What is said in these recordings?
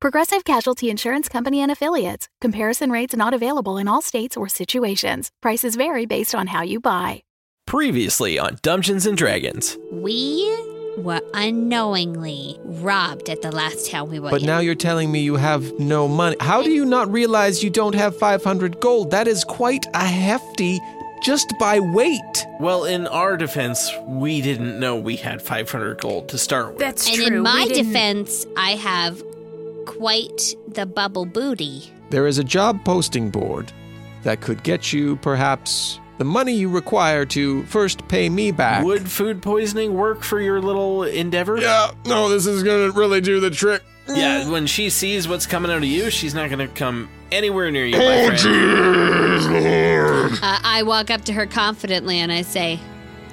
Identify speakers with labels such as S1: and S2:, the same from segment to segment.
S1: Progressive Casualty Insurance Company and Affiliates. Comparison rates not available in all states or situations. Prices vary based on how you buy.
S2: Previously on Dungeons and Dragons.
S3: We were unknowingly robbed at the last town we were
S4: But
S3: in.
S4: now you're telling me you have no money. How do you not realize you don't have 500 gold? That is quite a hefty just by weight.
S5: Well, in our defense, we didn't know we had 500 gold to start with.
S6: That's
S3: and
S6: true.
S3: in my
S6: we didn't-
S3: defense, I have quite the bubble booty.
S4: There is a job posting board that could get you perhaps the money you require to first pay me back.
S5: Would food poisoning work for your little endeavor?
S4: Yeah, no, this is going to really do the trick.
S5: Yeah, when she sees what's coming out of you, she's not going to come anywhere near you, my friend.
S3: Uh, I walk up to her confidently and I say,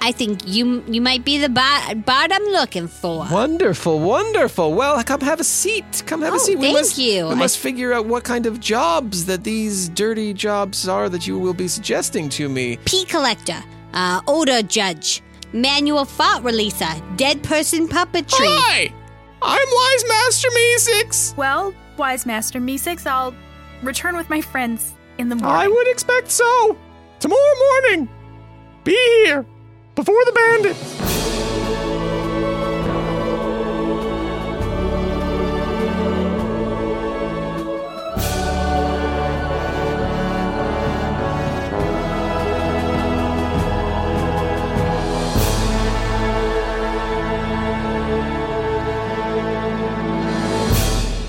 S3: "I think you you might be the bo- bard I'm looking for."
S4: Wonderful, wonderful. Well, come have a seat. Come have
S3: Oh,
S4: a seat.
S3: thank
S4: we must,
S3: you.
S4: We
S3: I-
S4: must figure out what kind of jobs that these dirty jobs are that you will be suggesting to me.
S3: Pea collector, uh, odor judge, manual fart releaser, dead person puppetry.
S4: Hi! I'm Wise Master Meesix.
S6: Well, wise master Meesix, I'll return with my friends in the morning.
S4: I would expect so. Tomorrow morning, be here before the bandits.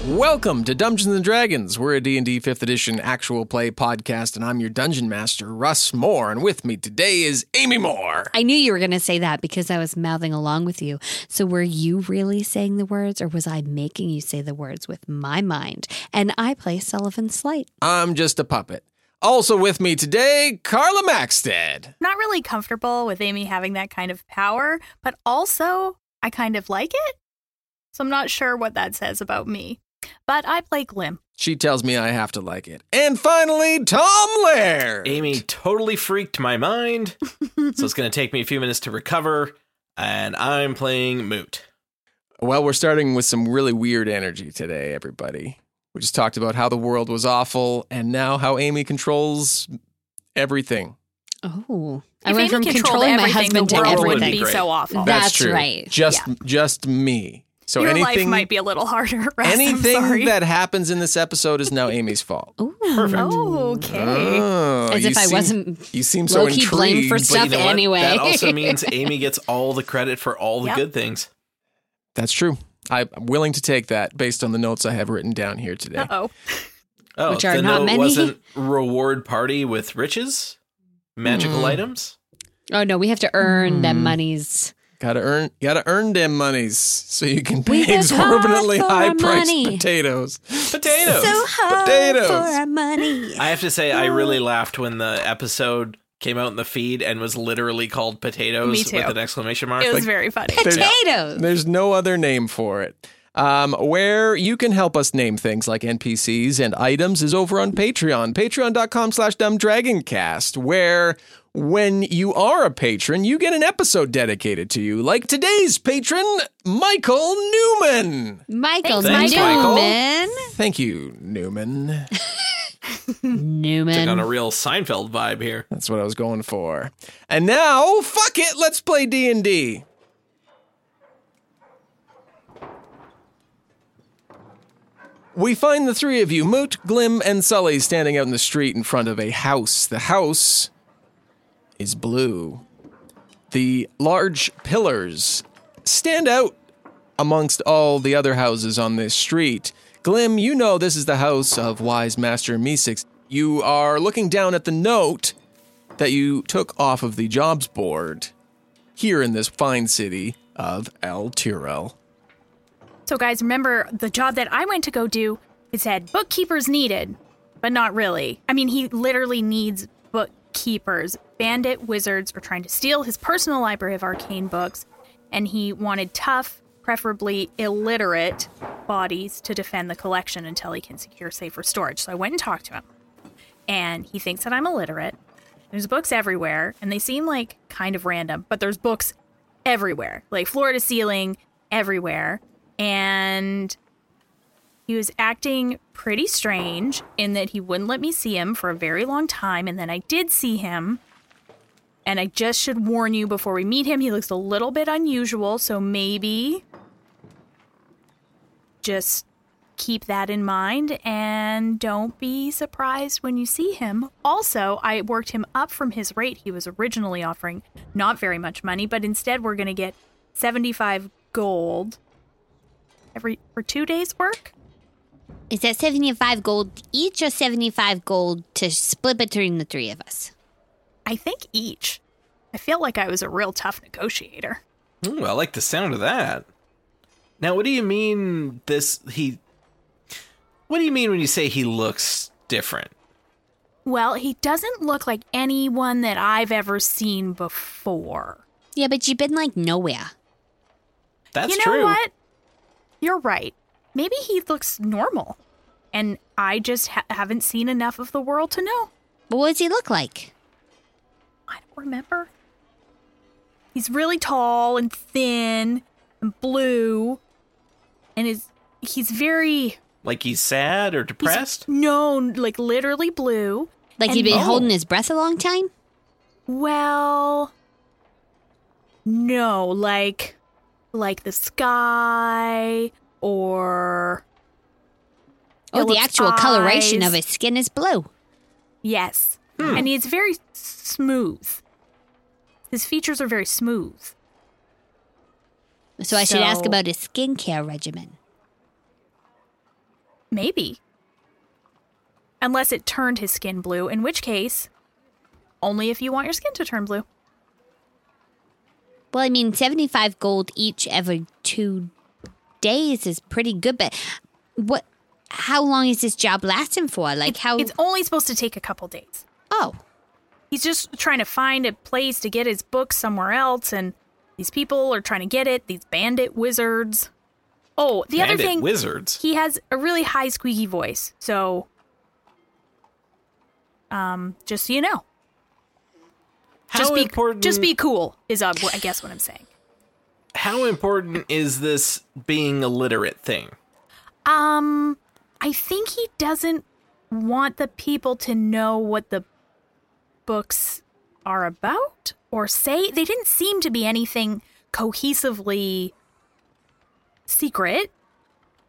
S4: Welcome to Dungeons and Dragons. We're a D&D 5th edition actual play podcast and I'm your dungeon master Russ Moore and with me today is Amy Moore.
S3: I knew you were going to say that because I was mouthing along with you. So, were you really saying the words, or was I making you say the words with my mind? And I play Sullivan Slight.
S4: I'm just a puppet. Also with me today, Carla Maxted.
S6: Not really comfortable with Amy having that kind of power, but also I kind of like it. So I'm not sure what that says about me. But I play Glim.
S4: She tells me I have to like it. And finally, Tom Laird.
S5: Amy totally freaked my mind, so it's going to take me a few minutes to recover, and I'm playing Moot.
S4: Well, we're starting with some really weird energy today, everybody. We just talked about how the world was awful and now how Amy controls everything.
S3: Oh, I
S6: If
S3: went
S6: Amy
S3: from
S6: controlled
S3: controlling my
S6: everything,
S3: husband
S6: the
S3: to
S6: world
S5: would
S3: everything.
S6: Wouldn't be
S5: Great.
S6: so awful.
S3: That-
S4: That's,
S3: That's
S4: true.
S3: right.
S4: Just
S6: Yeah.
S4: just me. So
S6: Your life
S4: anything
S6: might be a little harder. Russ, I'm sorry.
S4: anything that happens in this episode is now Amy's fault.
S3: Ooh.
S5: Perfect.
S6: Oh, Okay.
S4: Oh,
S3: As
S4: you
S3: if I
S4: seem-
S3: wasn't
S4: You seem so
S3: low-key
S4: intrigued.
S3: blamed for
S4: but
S3: stuff.
S5: But you know what?
S3: anyway.
S5: That also means Amy gets all the credit for all the
S6: Yep.
S5: good things.
S4: That's true. I'm willing to take that based on the notes I have written down here today.
S6: Uh oh.
S5: Oh,
S3: Which are
S5: the
S3: not
S5: note
S3: many.
S5: wasn't reward party with riches, magical
S6: Mm.
S5: items.
S3: Oh no, we have to earn them monies.
S4: Gotta earn, gotta earn them monies so you can
S3: We
S4: pay
S3: work hard
S4: exorbitantly
S3: for our
S4: high priced
S3: money.
S4: potatoes.
S5: Potatoes.
S3: hard
S4: Potatoes.
S3: money.
S5: I have to say, I really laughed when the episode came out in the feed and was literally called potatoes
S6: Me too.
S5: with an exclamation mark.
S6: It was
S5: Like,
S6: very funny.
S4: There's-
S3: Potatoes.
S4: There's no other name for it. Um, where you can help us name things like NPCs and items is over on Patreon, patreon.com slash dumbdragoncast, where when you are a patron, you get an episode dedicated to you, like today's patron, Michael Newman.
S3: Michael
S5: Thanks, Michael.
S3: Newman.
S4: Thank you, Newman.
S3: Newman.
S5: took on a real Seinfeld vibe here.
S4: That's what I was going for. And now, fuck it, let's play D&D. We find the three of you, Moot, Glim, and Sully, standing out in the street in front of a house. The house is blue. The large pillars stand out amongst all the other houses on this street. Glim, you know this is the house of Wise Master Meesix. You are looking down at the note that you took off of the jobs board here in this fine city of El Tyrell.
S6: So, guys, remember the job that I went to go do? It said bookkeepers needed. but not really. I mean, he literally needs bookkeepers. Bandit wizards are trying to steal his personal library of arcane books, and he wanted tough, preferably illiterate, bodies to defend the collection until he can secure safer storage. So I went and talked to him, and he thinks that I'm illiterate. There's books everywhere, and they seem like kind of random, but there's books everywhere, like floor to ceiling, everywhere. And he was acting pretty strange in that he wouldn't let me see him for a very long time. And then I did see him. And I just should warn you before we meet him, he looks a little bit unusual. So maybe just keep that in mind and don't be surprised when you see him. Also, I worked him up from his rate he was originally offering, not very much money, but instead we're going to get 75 gold every for 2 days work.
S3: Is that 75 gold each or 75 gold to split between the three of us?
S6: I think each. I feel like I was a real tough negotiator.
S5: Ooh, I like the sound of that. Now, what do you mean this he What do you mean when you say he looks different?
S6: Well, he doesn't look like anyone that I've ever seen before.
S3: Yeah, but you've been like nowhere.
S5: That's
S6: you know
S5: true.
S6: what? You're right. Maybe he looks normal, and I just ha- haven't seen enough of the world to know.
S3: But what does he look like?
S6: I don't remember. He's really tall and thin and blue, and is he's very
S5: Like he's sad or
S6: he's
S5: depressed?
S6: no, like literally blue.
S3: Like he'd
S6: And-
S3: been
S6: Oh.
S3: holding his breath a long time?
S6: Well, no, like like the sky or
S3: Oh, the
S6: Philip's
S3: actual coloration of
S6: eyes.
S3: his skin is blue.
S6: Yes. And he's very s- smooth. His features are very smooth.
S3: So I should ask
S6: So-
S3: about his skincare regimen.
S6: Maybe. Unless it turned his skin blue, in which case, only if you want your skin to turn blue.
S3: Well, I mean, 75 gold each every two days is pretty good, but what? How long is this job lasting for? Like, how?
S6: It's only supposed to take a couple days.
S3: oh,
S6: He's just trying to find a place to get his book somewhere else, and these people are trying to get it, these bandit wizards. Oh, the
S5: Bandit
S6: other thing,
S5: wizards.
S6: he has a really high, squeaky voice, so. Um, just so you know.
S5: How
S6: just be
S5: important
S6: just be cool is uh, wh- I guess what I'm saying.
S5: How important is this being illiterate thing?
S6: Um I think he doesn't want the people to know what the books are about or say they didn't seem to be anything cohesively secret,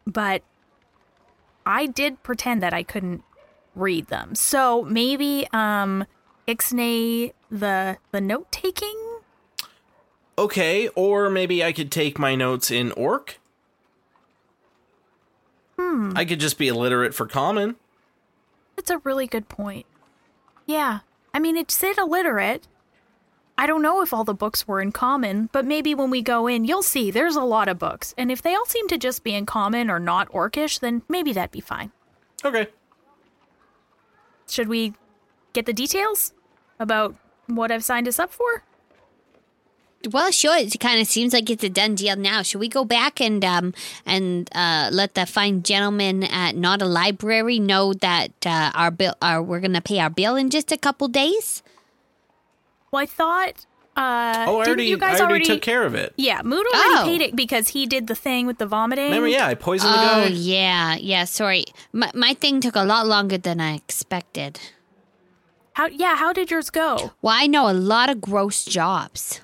S6: but I did pretend that I couldn't read them. So maybe um Ixnay the the note taking
S5: Okay, or maybe I could take my notes in orc. Hmm. I could just be illiterate for common.
S6: That's a really good point. Yeah. I mean, it said illiterate. I don't know if all the books were in common, but maybe when we go in, you'll see there's a lot of books. And if they all seem to just be in common or not orcish, then maybe that'd be fine.
S5: Okay.
S6: Should we get the details about what I've signed us up for?
S3: well, sure. It kind of seems like it's a done deal now. Should we go back and um and uh, let the fine gentleman at not a library know that uh, our bill, our, we're gonna pay our bill in just a couple days?
S6: Well, I thought. Uh,
S5: oh, I
S6: didn't
S5: already,
S6: You guys
S5: I already, took care of it.
S6: Yeah, Mood already
S3: Oh.
S6: paid it because he did the thing with the vomiting.
S5: Remember, yeah, I poisoned
S3: Oh
S5: the guy.
S3: yeah, yeah. Sorry, my my thing took a lot longer than I expected.
S6: How? Yeah. How did yours go?
S3: Well, I know a lot of gross jobs,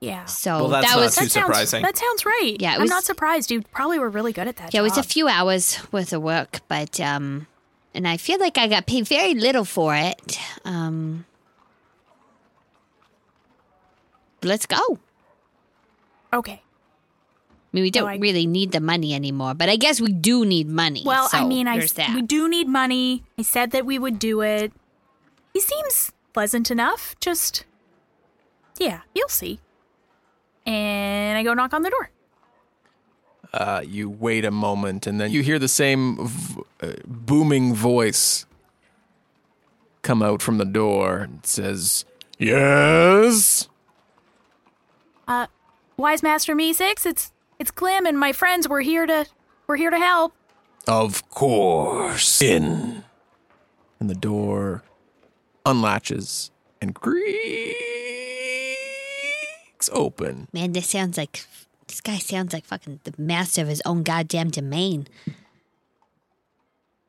S6: Yeah.
S3: so
S5: Well, that's
S3: that
S5: not
S3: was
S5: too
S6: That sounds,
S5: surprising.
S6: That sounds right.
S3: Yeah, it
S6: I'm
S3: was-
S6: not surprised. You probably were really good at that.
S3: yeah, it was a
S6: job.
S3: few hours worth of work, but um, and I feel like I got paid very little for it. Um, let's go. I
S6: Okay.
S3: mean, we don't
S6: I-
S3: really need the money anymore, but I guess we do need money.
S6: Well, I
S3: so
S6: mean, I
S3: there's that.
S6: we do need money. I said that we would do it. He seems pleasant enough. Just yeah, you'll see. And I go knock on the door.
S4: Uh, you wait a moment, and then you hear the same v- uh, booming voice come out from the door and says, "Yes."
S6: Wise Master Me Six, it's it's Glim and my friends. We're here to we're here to help.
S4: Of course. In. And the door unlatches and creaks open.
S3: Man, this sounds like this guy sounds like fucking the master of his own goddamn domain.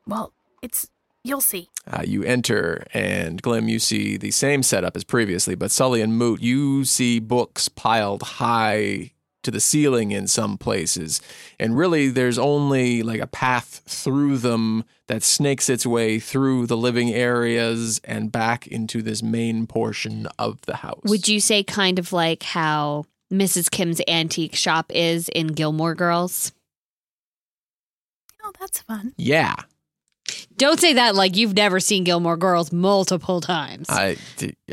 S6: Well, it's you'll see.
S4: Uh, you enter, and Glim, you see the same setup as previously, but Sully and Moot, you see books piled high to the ceiling in some places. And really, there's only like a path through them that snakes its way through the living areas and back into this main portion of the house.
S3: Would you say kind of like how Mrs. Kim's antique shop is in Gilmore Girls?
S6: Oh, that's fun.
S4: Yeah.
S3: Don't say that like you've never seen Gilmore Girls multiple times.
S4: I,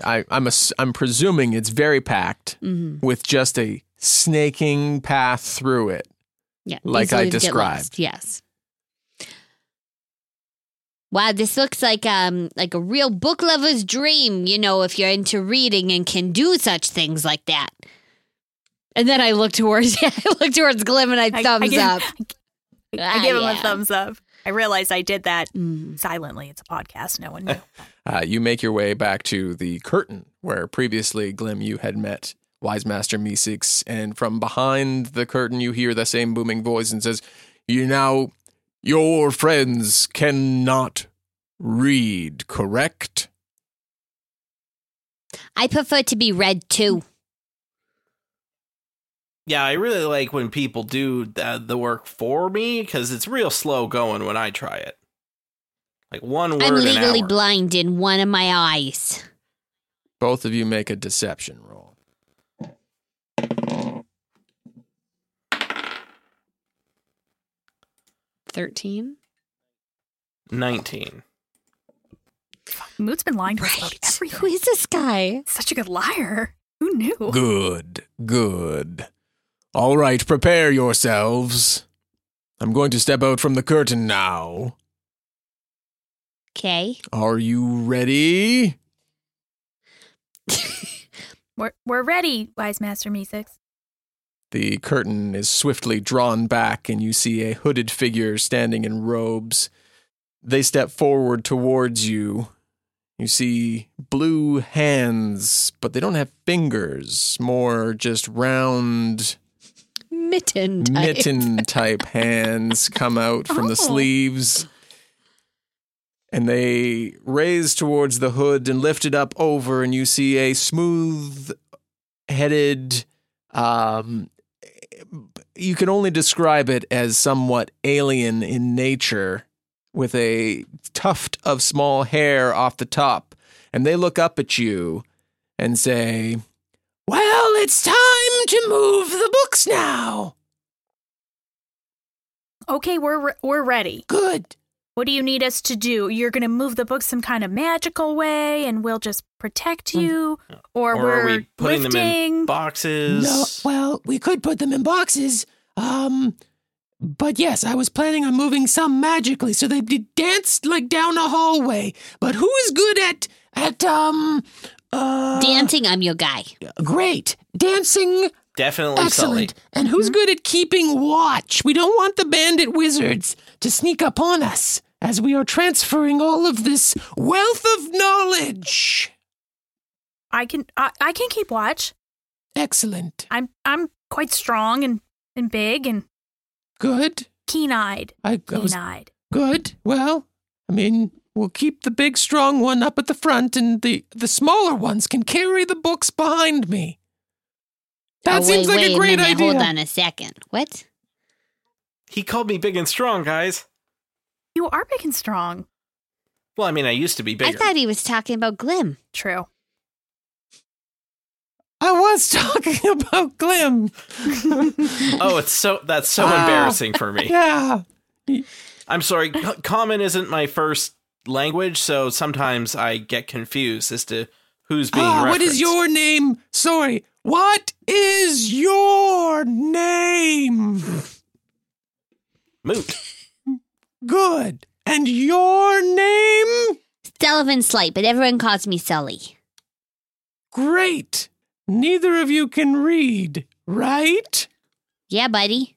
S4: I, I'm, ass- I'm presuming it's very packed
S3: Mhm.
S4: with just a snaking path through it.
S3: Yeah,
S4: Like I
S3: easily to get lost,
S4: described.
S3: Yes. Wow, this looks like um like a real book lover's dream, you know, if you're into reading and can do such things like that. And then I look towards I look towards Glim and I thumbs
S6: give,
S3: up.
S6: I give him
S3: Ah,
S6: a
S3: yeah.
S6: thumbs up. I realized I did that
S3: Mm.
S6: silently. It's a podcast. No one knew.
S4: Uh, you make your way back to the curtain where previously Glim you had met Wise Master Meeseeks, and from behind the curtain you hear the same booming voice and says, "You now, your friends cannot read, correct?"
S3: I prefer to be read too.
S5: Yeah, I really like when people do the, the work for me because it's real slow going when I try it. Like one word
S3: I'm legally
S5: an hour.
S3: blind in one of my eyes.
S4: Both of you make a deception roll.
S3: Thirteen.
S5: Nineteen.
S6: Moot's been lying to us about
S3: Right. Who
S6: everything.
S3: is this guy?
S6: Such a good liar. Who knew?
S4: Good, good. All right, prepare yourselves. I'm going to step out from the curtain now.
S3: Okay.
S4: Are you ready?
S6: We're we're ready, Wise Master Me Six.
S4: The curtain is swiftly drawn back, and you see a hooded figure standing in robes. They step forward towards you. You see blue hands, but they don't have fingers, more just round
S3: Mitten. type.
S4: mitten type hands come out from the
S6: Oh.
S4: sleeves. And they raise towards the hood and lift it up over, and you see a smooth headed. Um, you can only describe it as somewhat alien in nature, with a tuft of small hair off the top. And they look up at you and say, Well, it's time to move the books now.
S6: Okay, we're re- we're ready.
S4: Good.
S6: What do you need us to do? You're going to move the book some kind of magical way, and we'll just protect you, or,
S5: Hmm. Or
S6: we're
S5: are we putting
S6: lifting.
S5: them in boxes?
S4: well, we could put them in boxes. Um, but yes, I was planning on moving some magically, so they d- danced like down a hallway. But who is good at at um uh
S3: Dancing, I'm your guy.
S4: great dancing?
S5: Definitely
S4: Excellent.
S5: Sully.
S4: And who's good at keeping watch? We don't want the bandit wizards to sneak up on us as we are transferring all of this wealth of knowledge.
S6: I can I, I can keep watch.
S4: Excellent.
S6: I'm I'm quite strong and and big and
S4: Good.
S6: keen-eyed.
S4: I, I was
S6: Keen-eyed.
S4: Good. Well, I mean, we'll keep the big strong one up at the front and the the smaller ones can carry the books behind me. That
S3: Oh,
S4: seems
S3: wait,
S4: like
S3: wait
S4: a great
S3: minute,
S4: idea.
S3: Hold on a second. What?
S5: He called me big and strong, guys.
S6: You are big and strong.
S5: Well, I mean, I used to be bigger.
S3: I thought he was talking about Glim.
S6: True.
S4: I was talking about Glim.
S5: oh, it's so that's so
S4: Ah.
S5: embarrassing for me.
S4: Yeah.
S5: I'm sorry. c- Common isn't my first language, so sometimes I get confused as to who's being.
S4: Ah, what is
S5: referenced.
S4: your name? Sorry. What is your name?
S5: Moot.
S4: Good. And your name?
S3: Sullivan Slight, but everyone calls me Sully.
S4: Great. Neither of you can read, right?
S3: Yeah, buddy.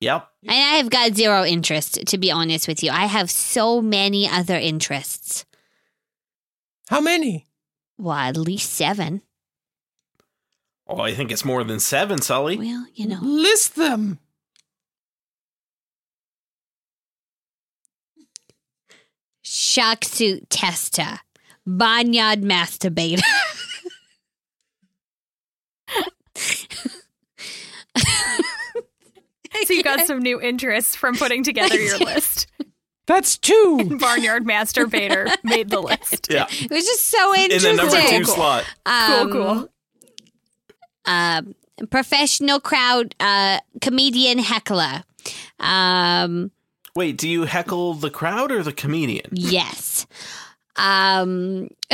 S5: Yep.
S3: And I have got zero interest, to be honest with you. I have so many other interests.
S4: How many?
S3: Well, at least seven.
S5: Oh, I think it's more than seven, Sully.
S3: Well, you know.
S4: List them.
S3: Shock suit tester. Barnyard masturbator.
S6: So you got some new interests from putting together your list.
S4: That's two.
S6: Barnyard masturbator made the list.
S5: Yeah.
S3: It was just so
S5: In
S3: interesting.
S5: the number two
S6: Cool.
S5: slot.
S6: Cool,
S3: Um,
S6: cool.
S3: um, professional crowd uh, comedian heckler. Um,
S5: Wait, do you heckle the crowd or the comedian?
S3: yes. Um,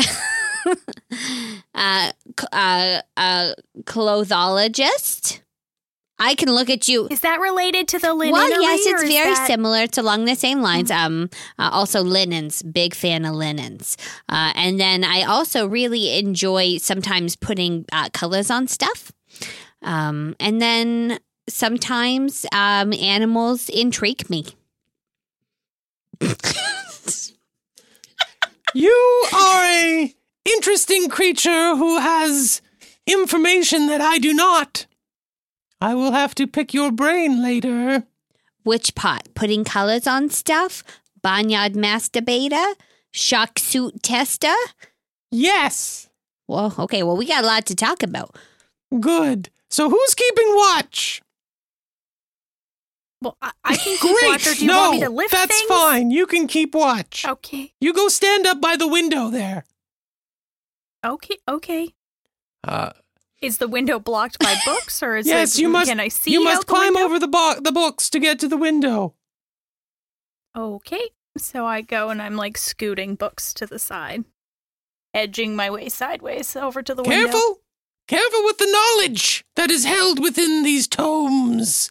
S3: uh, c- uh, uh, clothologist. I can look at you.
S6: Is that related to the linen?
S3: Well, yes, it's very
S6: simple.
S3: similar. It's along the same lines.
S6: Mm-hmm.
S3: Um, uh, also linens, big fan of linens. Uh, and then I also really enjoy sometimes putting uh, colors on stuff. Um, and then sometimes um, animals intrigue me.
S4: you are a interesting creature who has information that I do not. I will have to pick your brain later.
S3: Which pot? Putting colors on stuff? Barnyard masturbator? Shock suit tester?
S4: Yes.
S3: Well, okay. Well, we got a lot to talk about.
S4: Good. So who's keeping watch?
S6: Well, I, I can keep
S4: Great.
S6: watch, or do you
S4: no,
S6: want me to lift
S4: that's
S6: things? Oh.
S4: fine. You can keep watch.
S6: Okay,
S4: You go stand up by the window there.
S6: okay, okay.
S4: Uh,
S6: Is the window blocked by books, or is
S4: yes,
S6: it,
S4: you must.
S6: Can I see?
S4: you
S6: out
S4: must
S6: the
S4: climb
S6: window?
S4: over the bo- the books to get to the window.
S6: Okay, so I go and I'm like scooting books to the side, edging my way sideways over to the window.
S4: Careful, careful with the knowledge that is held within these tomes.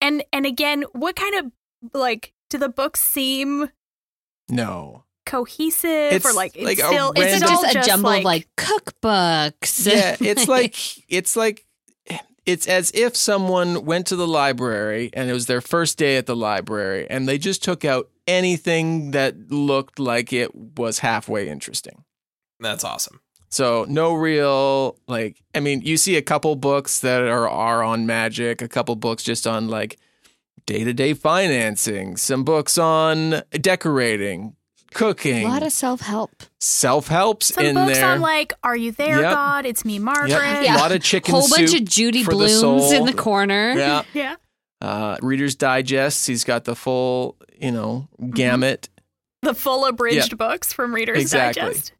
S6: And and again, what kind of like do the books seem
S4: No.
S6: cohesive or
S4: It's
S6: like it's
S4: like a
S6: still
S4: It's
S3: It's
S6: it's
S4: random-
S6: all
S3: just a jumble
S6: like,
S3: of like cookbooks.
S4: Yeah, it's like it's like it's as if someone went to the library and it was their first day at the library and they just took out anything that looked like it was halfway interesting.
S5: That's awesome.
S4: So no real like I mean you see a couple books that are are on magic, a couple books just on like day-to-day financing, some books on decorating,
S3: a
S4: cooking,
S3: lot of self help.
S4: self-helps
S6: some
S4: in
S6: books
S4: there.
S6: on like Are You There,
S4: Yep.
S6: God? It's me, Margaret.
S4: yep.
S3: Yeah.
S4: A lot of chicken
S3: whole bunch
S4: soup
S3: of Judy
S4: for the
S3: Blooms in
S4: soul.
S3: the corner.
S4: Yeah.
S6: Yeah.
S4: Uh, Reader's Digest, he's got the full, you know, gamut.
S6: The full abridged books from Reader's
S4: Exactly.
S6: Digest.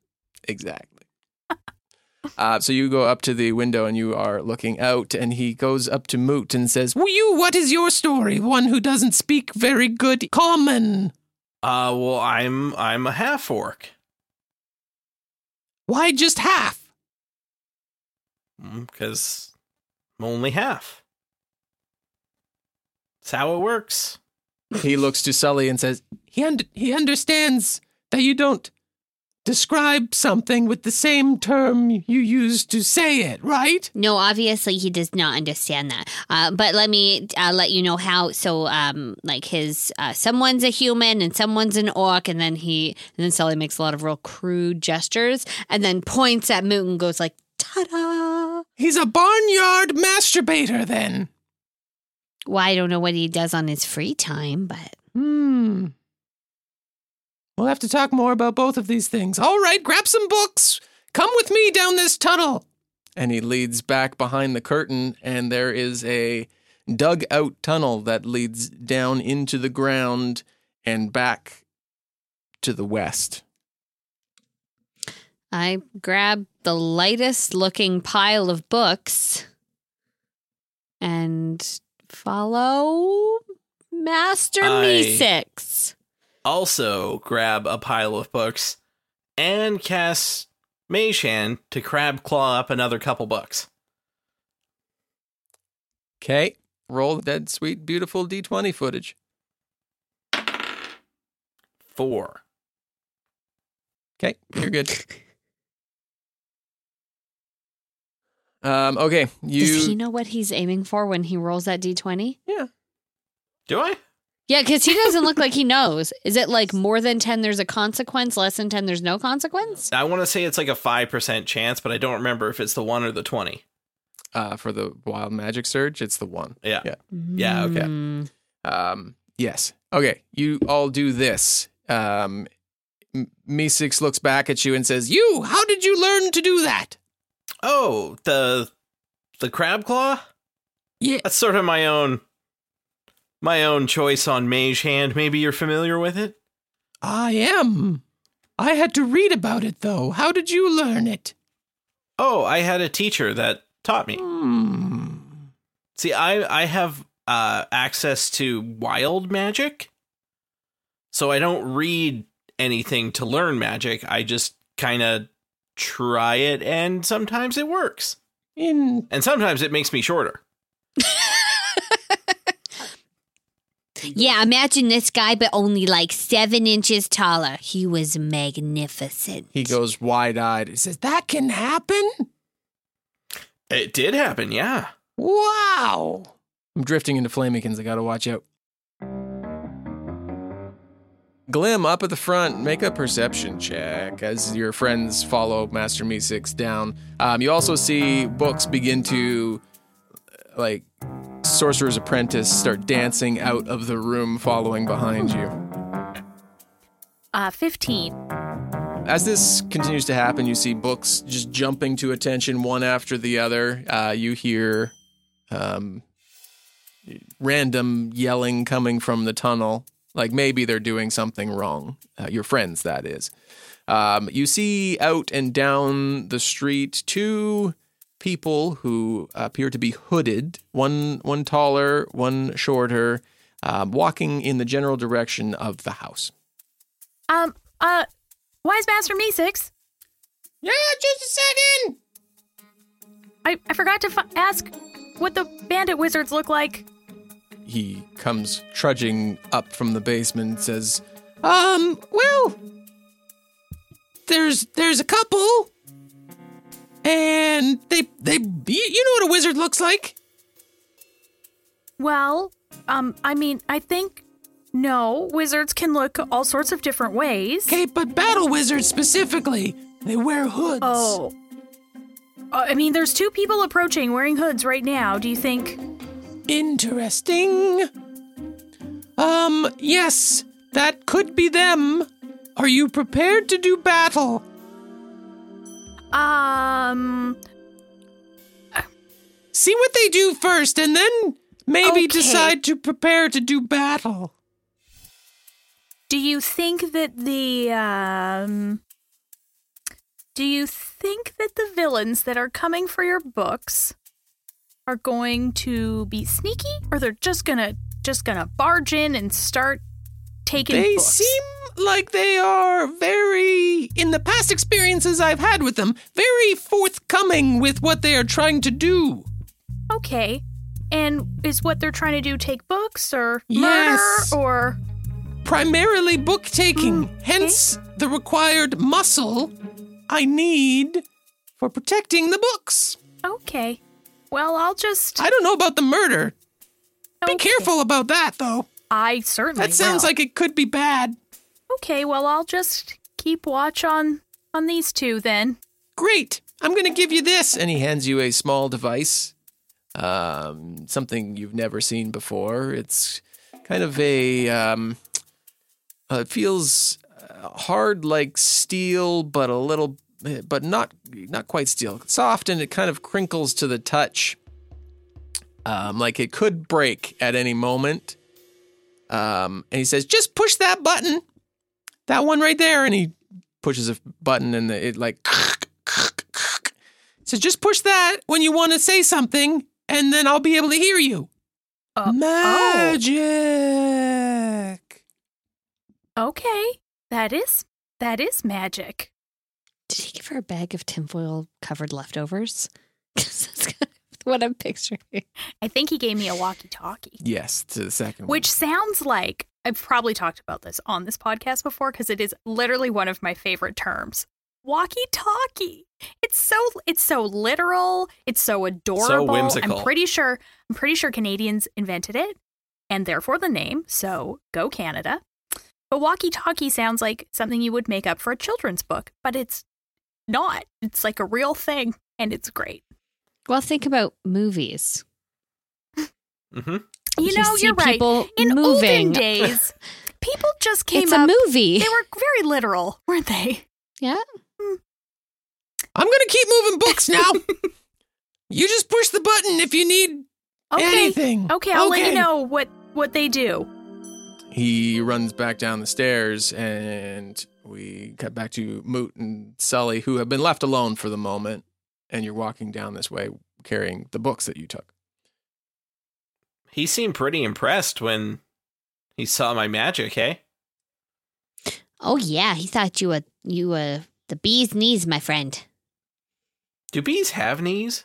S4: Exactly. uh, so you go up to the window and you are looking out, and he goes up to Moot and says, well, "You, what is your story? One who doesn't speak very good common.
S5: Uh, well, I'm I'm a half orc.
S4: Why just half?
S5: because mm, I'm only half. That's how it works.
S4: He looks to Sully and says, "He und- he understands that you don't." Describe something with the same term you use to say it, right?
S3: No, obviously he does not understand that. Uh, but let me uh, let you know how. So, um, like his uh, someone's a human and someone's an orc, and then he and then Sully makes a lot of real crude gestures and then points at Moot and goes like, "Ta-da!"
S4: He's a barnyard masturbator, then.
S3: Well, I don't know what he does on his free time, but
S4: Hmm. We'll have to talk more about both of these things. All right, grab some books. Come with me down this tunnel. And he leads back behind the curtain, and there is a dug out tunnel that leads down into the ground and back to the west.
S3: I grab the lightest looking pile of books and follow Master
S5: I-
S3: Meesix.
S5: Also, grab a pile of books and cast Mage Hand to crab claw up another couple bucks.
S4: Okay. Roll that sweet, beautiful D20 footage.
S5: Four.
S4: Okay, you're good. um, okay, you.
S3: Does he know what he's aiming for when he rolls that d20?
S4: yeah.
S5: Do I?
S3: Yeah, because he doesn't look like he knows. Is it like more than 10, there's a consequence, less than 10, there's no consequence?
S5: I want to say it's like a 5% chance, but I don't remember if it's the 1 or the 20.
S4: Uh, for the wild magic surge, it's the one.
S5: Yeah.
S4: Yeah.
S5: Yeah, okay.
S3: Mm.
S4: Um, yes. Okay, you all do this. Um, M- Meeseeks looks back at you and says, "You, how did you learn to do that?"
S5: Oh, the the crab claw?
S4: Yeah.
S5: That's sort of my own my own choice on mage hand. Maybe you're familiar with it?
S4: I am. I had to read about it though. How did you learn it?
S5: Oh, I had a teacher that taught me.
S4: Hmm.
S5: See, I I have uh access to wild magic. So I don't read anything to learn magic. I just kind of try it and sometimes it works.
S4: In
S5: And sometimes it makes me shorter.
S3: Yeah, imagine this guy, but only like seven inches taller. He was magnificent.
S4: he goes wide eyed. He says, "That can happen?
S5: It did happen, yeah.
S4: Wow!" I'm drifting into flamikins. I gotta watch out. Glim up at the front. Make a perception check as your friends follow Master Meeseeks down. Um, you also see books begin to, uh, like, Sorcerer's Apprentice start dancing out of the room, following behind you.
S6: Uh, 15.
S4: As this continues to happen, you see books just jumping to attention one after the other. Uh, you hear um, random yelling coming from the tunnel, like maybe they're doing something wrong. Uh, your friends, that is. Um, you see out and down the street two people who appear to be hooded, one one taller, one shorter, um, walking in the general direction of the house.
S6: Um, uh, Wise Master E Meeseeks,
S4: Yeah, just a second.
S6: I, I forgot to f- ask what the bandit wizards look like.
S4: he comes trudging up from the basement and says, Um, well, there's there's a couple. And they they you you know what a wizard looks like.
S6: Well, um, I mean, I think no, wizards can look all sorts of different ways.
S4: Okay, but battle wizards specifically, they wear hoods.
S6: Oh. Uh, I mean, there's two people approaching wearing hoods right now. Do you think?
S4: Interesting. Um, yes, that could be them. Are you prepared to do battle?
S6: Um,
S4: See what they do first and then maybe
S6: Okay.
S4: decide to prepare to do battle.
S6: do you think that the um, do you think that the villains that are coming for your books are going to be sneaky, or they're just gonna just gonna barge in and start taking?
S4: They
S6: books?
S4: seem like they are very, in the past experiences I've had with them, very forthcoming with what they are trying to do.
S6: okay. And is what they're trying to do take books or
S4: Yes.
S6: murder or
S4: Primarily book taking,
S6: Mm,
S4: hence the required muscle I need for protecting the books.
S6: okay? Well, I'll just
S4: I don't know about the murder. Be
S6: Okay.
S4: careful about that, though.
S6: I certainly.
S4: That sounds
S6: will.
S4: like it could be bad.
S6: Okay, well, I'll just keep watch on on these two then.
S4: Great. I'm going to give you this. And he hands you a small device, um, something you've never seen before. It's kind of a, um, uh, it feels uh, hard like steel, but a little, but not not quite steel. It's soft and it kind of crinkles to the touch. Um, like it could break at any moment. Um, and he says, just push that button, that one right there. And he pushes a button and it like so just push that when you want to say something and then I'll be able to hear you.
S6: Uh,
S4: Magic.
S6: Okay, that is that is magic.
S3: Did he give her a bag of tinfoil covered leftovers? 'Cause that's kind of what I'm picturing.
S6: I think he gave me a walkie talkie,
S4: Yes, to the second
S6: which sounds like I've probably talked about this on this podcast before because it is literally one of my favorite terms. Walkie talkie. It's so it's so literal. It's so adorable.
S5: whimsical.
S6: I'm pretty sure I'm pretty sure Canadians invented it and therefore the name. So go Canada. But walkie talkie sounds like something you would make up for a children's book, but it's not. It's like a real thing and it's great.
S3: Well, think about movies.
S5: hmm
S6: You, know,
S3: see
S6: you're right.
S3: People
S6: In
S3: moving.
S6: olden days, people just came
S3: it's
S6: up.
S3: a movie.
S6: They were very literal, weren't they?
S3: yeah.
S4: I'm gonna keep moving books now. you just push the button if you need
S6: Okay.
S4: anything.
S6: Okay, I'll let
S4: Okay.
S6: you know what what they do.
S4: He runs back down the stairs, and we cut back to Moot and Sully, who have been left alone for the moment. And you're walking down this way carrying the books that you took.
S5: He seemed pretty impressed when he saw my magic, hey?
S3: Oh yeah, he thought you were you were the bee's knees, my friend.
S5: Do bees have knees?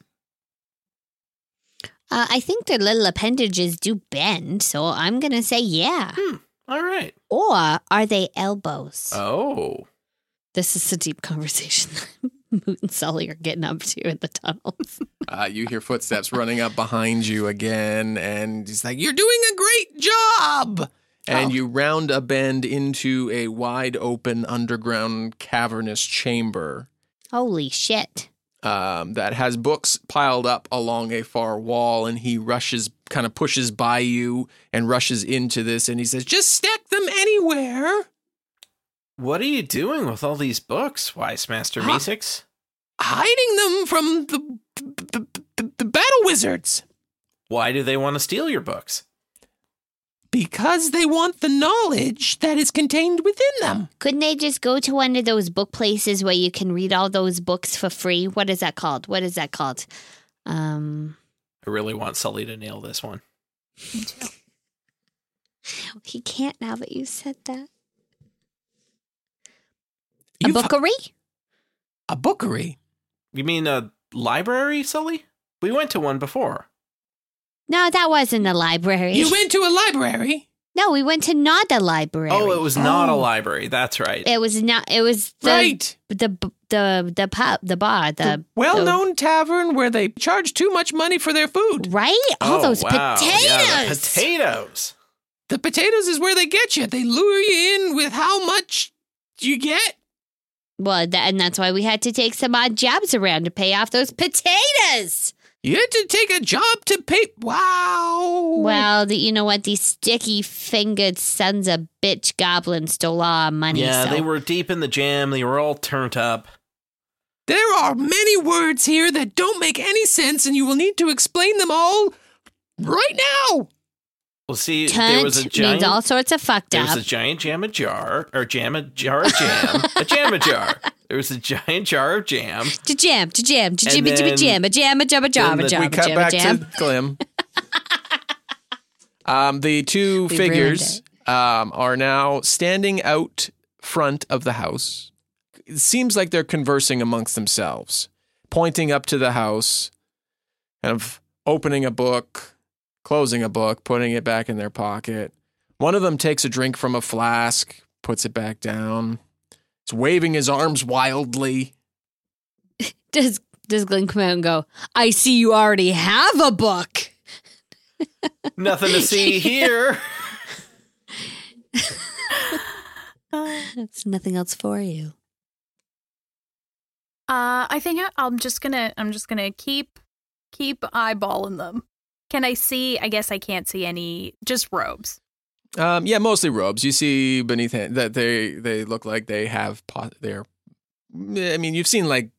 S3: Uh, I think their little appendages do bend, so I'm gonna say yeah.
S5: All right.
S3: Or are they elbows?
S5: Oh.
S3: This is a deep conversation Moot and Sully are getting up to in the tunnels.
S4: Uh, you hear footsteps running up behind you again, and he's like, You're doing a great job! And
S3: Oh.
S4: you round a bend into a wide open underground cavernous chamber.
S3: Holy shit.
S4: um, that has books piled up along a far wall, and he rushes, kind of pushes by you and rushes into this, and he says, "Just stack them anywhere."
S5: What are you doing with all these books, Wise Master
S4: Huh?
S5: Meesix?
S4: Hiding them from the the, the, the battle wizards
S5: Why do they want to steal your books?
S4: because they want the knowledge that is contained within them.
S3: Couldn't they just go to one of those book places where you can read all those books for free? What is that called? What is that called? Um,
S5: I really want Sully to nail this one.
S3: he can't now that you said that.
S4: You
S3: a bookery?
S4: a bookery.
S5: You mean a library, Sully? We went to one before.
S3: No, that wasn't a library.
S4: You went to a library.
S3: no, we went to not a library.
S5: Oh, it was not a
S4: Oh.
S5: library. That's right.
S3: It was not. It was the
S4: right.
S3: the the the pub, the bar, the, oh.
S4: The well-known tavern where they charge too much money for their food.
S3: right. All
S5: Oh,
S3: those
S5: wow.
S3: potatoes.
S5: Yeah, the potatoes.
S4: The potatoes is where they get you. They lure you in with how much you get.
S3: Well, tha- and that's why we had to take some odd jobs around to pay off those potatoes.
S4: You had to take a job to pay. Wow.
S3: Well, the, you know what? These sticky fingered sons of bitch goblins stole all our money.
S5: Yeah,
S3: so.
S5: they were deep in the jam. They were all turned up.
S4: There are many words here that don't make any sense, and you will need to explain them all right now.
S5: Well, see, there was a
S3: Cunt means
S5: giant.
S3: all sorts of fucked
S5: There was
S3: up.
S5: a giant jam a jar, or jam a jar of jam, a jam a jar. There was a giant jar of jam.
S3: To jam, to jam, to jibby
S5: then-
S3: jibby jam, a jam, a jam, a jam,
S4: Then
S3: a
S4: the-
S3: jam,
S4: we
S3: a
S4: cut
S3: jam, a
S4: back
S3: jam.
S4: to Glim. um, the two
S3: We ruined
S4: figures um, are now standing out front of the house. It seems like they're conversing amongst themselves, pointing up to the house, kind of opening a book, closing a book, putting it back in their pocket. One of them takes a drink from a flask, puts it back down. He's waving his arms wildly.
S3: Does does Glenn come out and go? I see you already have a book.
S5: Nothing to see here.
S3: There's nothing else for you.
S6: Uh, I think I, I'm just gonna I'm just gonna keep keep eyeballing them. Can I see? I guess I can't see any. Just robes.
S4: Um, yeah, mostly robes. You see beneath it that they they look like they have po- they're. I mean, you've seen like.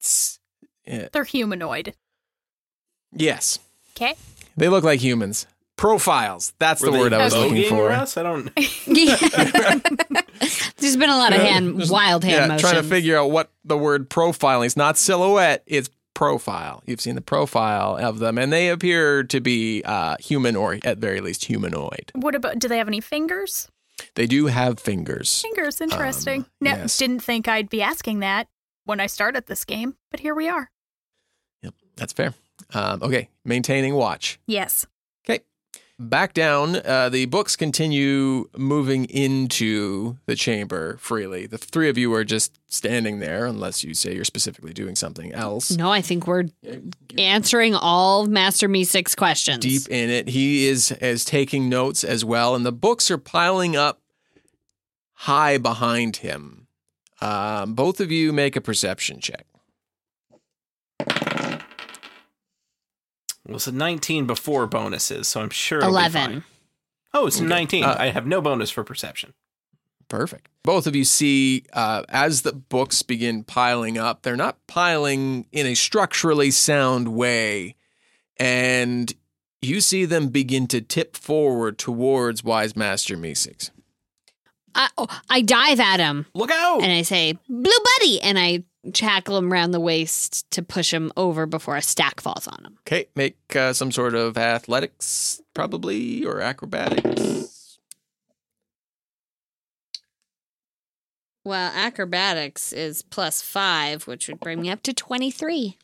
S4: s- yeah,
S6: They're humanoid.
S4: Yes,
S6: Okay.
S4: they look like humans. Profiles. That's the
S5: Were
S4: word
S5: they
S4: I was looking
S5: voguing
S4: for.
S5: Us? I don't.
S3: There's been a lot of hand, wild hand
S4: yeah,
S3: motions.
S4: trying to figure out what the word profiling is. Not silhouette. It's profile. You've seen the profile of them, and they appear to be uh, human or at very least humanoid.
S6: What about? Do they have any fingers?
S4: They do have fingers.
S6: Fingers. Interesting.
S4: Um,
S6: no,
S4: yes.
S6: didn't think I'd be asking that when I started this game, but here we are.
S4: That's fair. Um, okay, maintaining watch.
S6: Yes.
S4: Okay. Back down, uh, the books continue moving into the chamber freely. The three of you are just standing there, unless you say you're specifically doing something else.
S3: No, I think we're answering all of Master Me Six questions.
S4: Deep in it, he is as taking notes as well, and the books are piling up high behind him. Um, both of you make a perception check.
S5: Well, it's a 19 before bonuses, so I'm sure. it'll be fine.
S3: Eleven.
S5: Oh, it's a 19.
S4: Uh,
S5: I have no bonus for perception.
S4: Perfect. Both of you see uh, as the books begin piling up, they're not piling in a structurally sound way. And you see them begin to tip forward towards Wise Master Meeseeks.
S3: I, oh, I dive at him
S5: Look out!
S4: Oh.
S3: and I say, "Blue Buddy," and I tackle him around the waist to push him over before a stack falls on him.
S4: Okay, make uh, some sort of athletics, probably, or acrobatics.
S3: Well, acrobatics is plus five, which would bring me up to twenty-three.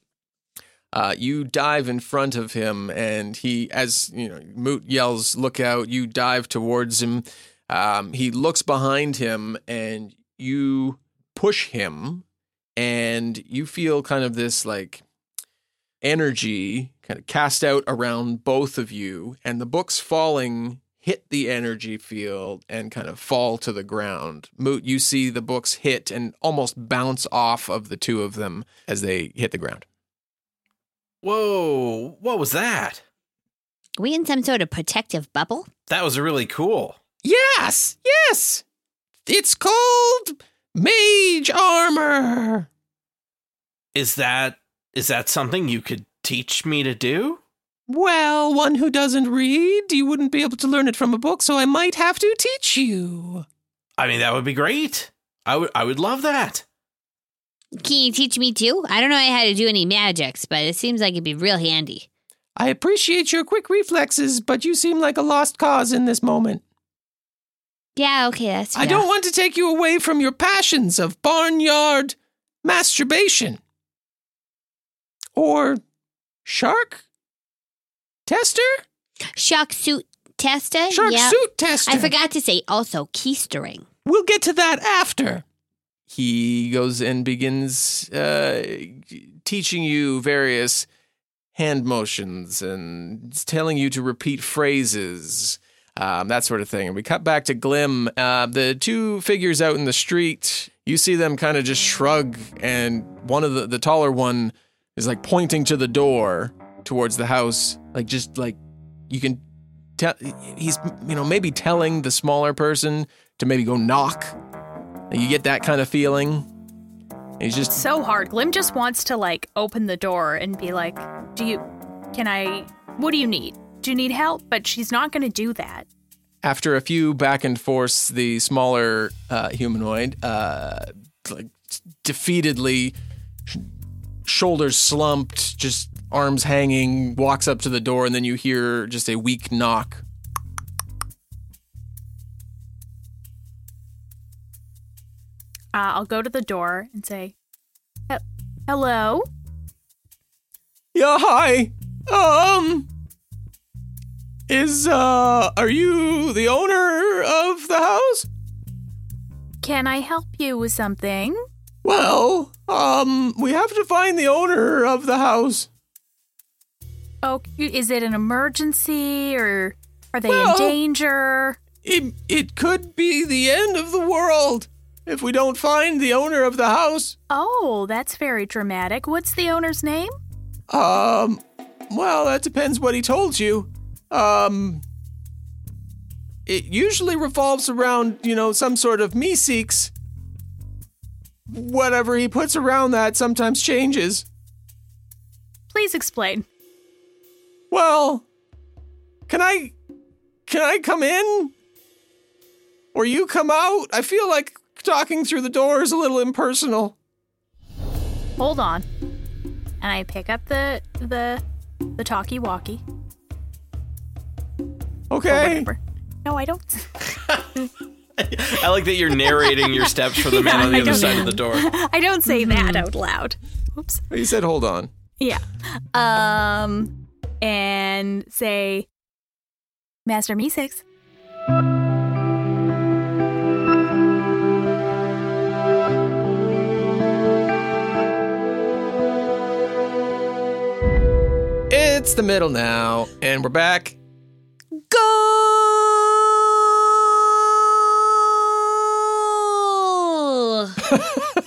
S4: Uh, you dive in front of him, and he, as you know, Moot yells, "Look out!" You dive towards him. Um, he looks behind him, and you push him, and you feel kind of this like energy kind of cast out around both of you, and the books falling hit the energy field and kind of fall to the ground. Moot, you see the books hit and almost bounce off of the two of them as they hit the ground.
S5: Whoa! What was that?
S3: Are we in some sort of protective bubble?
S5: That was really cool.
S4: Yes, yes. It's called mage armor.
S5: Is that is that something you could teach me to do?
S4: Well, one who doesn't read, you wouldn't be able to learn it from a book, so I might have to teach you.
S5: I mean, that would be great. I would I would love that.
S3: Can you teach me too? I don't know how to do any magics, but it seems like it'd be real handy.
S4: I appreciate your quick reflexes, but you seem like a lost cause in this moment.
S3: Yeah, okay, that's
S4: I
S3: fair.
S4: don't want to take you away from your passions of barnyard masturbation or shark tester,
S3: shark suit tester.
S4: shark
S3: Uh, yeah.
S4: suit tester.
S3: I forgot to say also keystering.
S4: We'll get to that after. He goes and begins uh, teaching you various hand motions and telling you to repeat phrases, um, that sort of thing. And we cut back to Glim. Uh, the two figures out in the street, you see them kind of just shrug, and one of the, the taller one is like pointing to the door towards the house, like just like you can tell he's you know maybe telling the smaller person to maybe go knock. You get that kind of feeling. And he's just
S6: So hard. Glim just wants to like open the door and be like, "Do you? Can I? What do you need? Do you need help?" But she's not going to do that.
S4: after a few back and forths, the smaller uh, humanoid, uh, like defeatedly, sh- shoulders slumped, just arms hanging, walks up to the door, and then you hear just a weak knock.
S6: Uh, I'll go to the door and say, "He- "Hello."
S4: Yeah, hi. Um, is uh, are you the owner of the house?
S6: Can I help you with something?
S4: Well, um, we have to find the owner of the house.
S6: Oh, is it an emergency or are they
S4: Well-
S6: in danger?
S4: It, it could be the end of the world if we don't find the owner of the house.
S6: Oh, that's very dramatic. What's the owner's name?
S4: Um, well, that depends what he told you. Um, it usually revolves around, you know, some sort of me seeks. Whatever he puts around that sometimes changes.
S6: Please explain.
S4: Well, can I can I come in? Or you come out? I feel like talking through the door is a little impersonal.
S6: Hold on. And I pick up the the the talkie-walkie. or
S4: Okay.
S6: whatever. No, I don't.
S5: I like that you're narrating your steps for the man on the
S6: I
S5: other
S6: don't
S5: side of
S6: know.
S3: Mm-hmm.
S5: the door.
S6: I don't say that out loud. Oops.
S4: He said, "Hold on."
S6: Yeah. Um, and say, Master Meeseeks.
S4: It's the middle now, and we're back.
S3: Goal!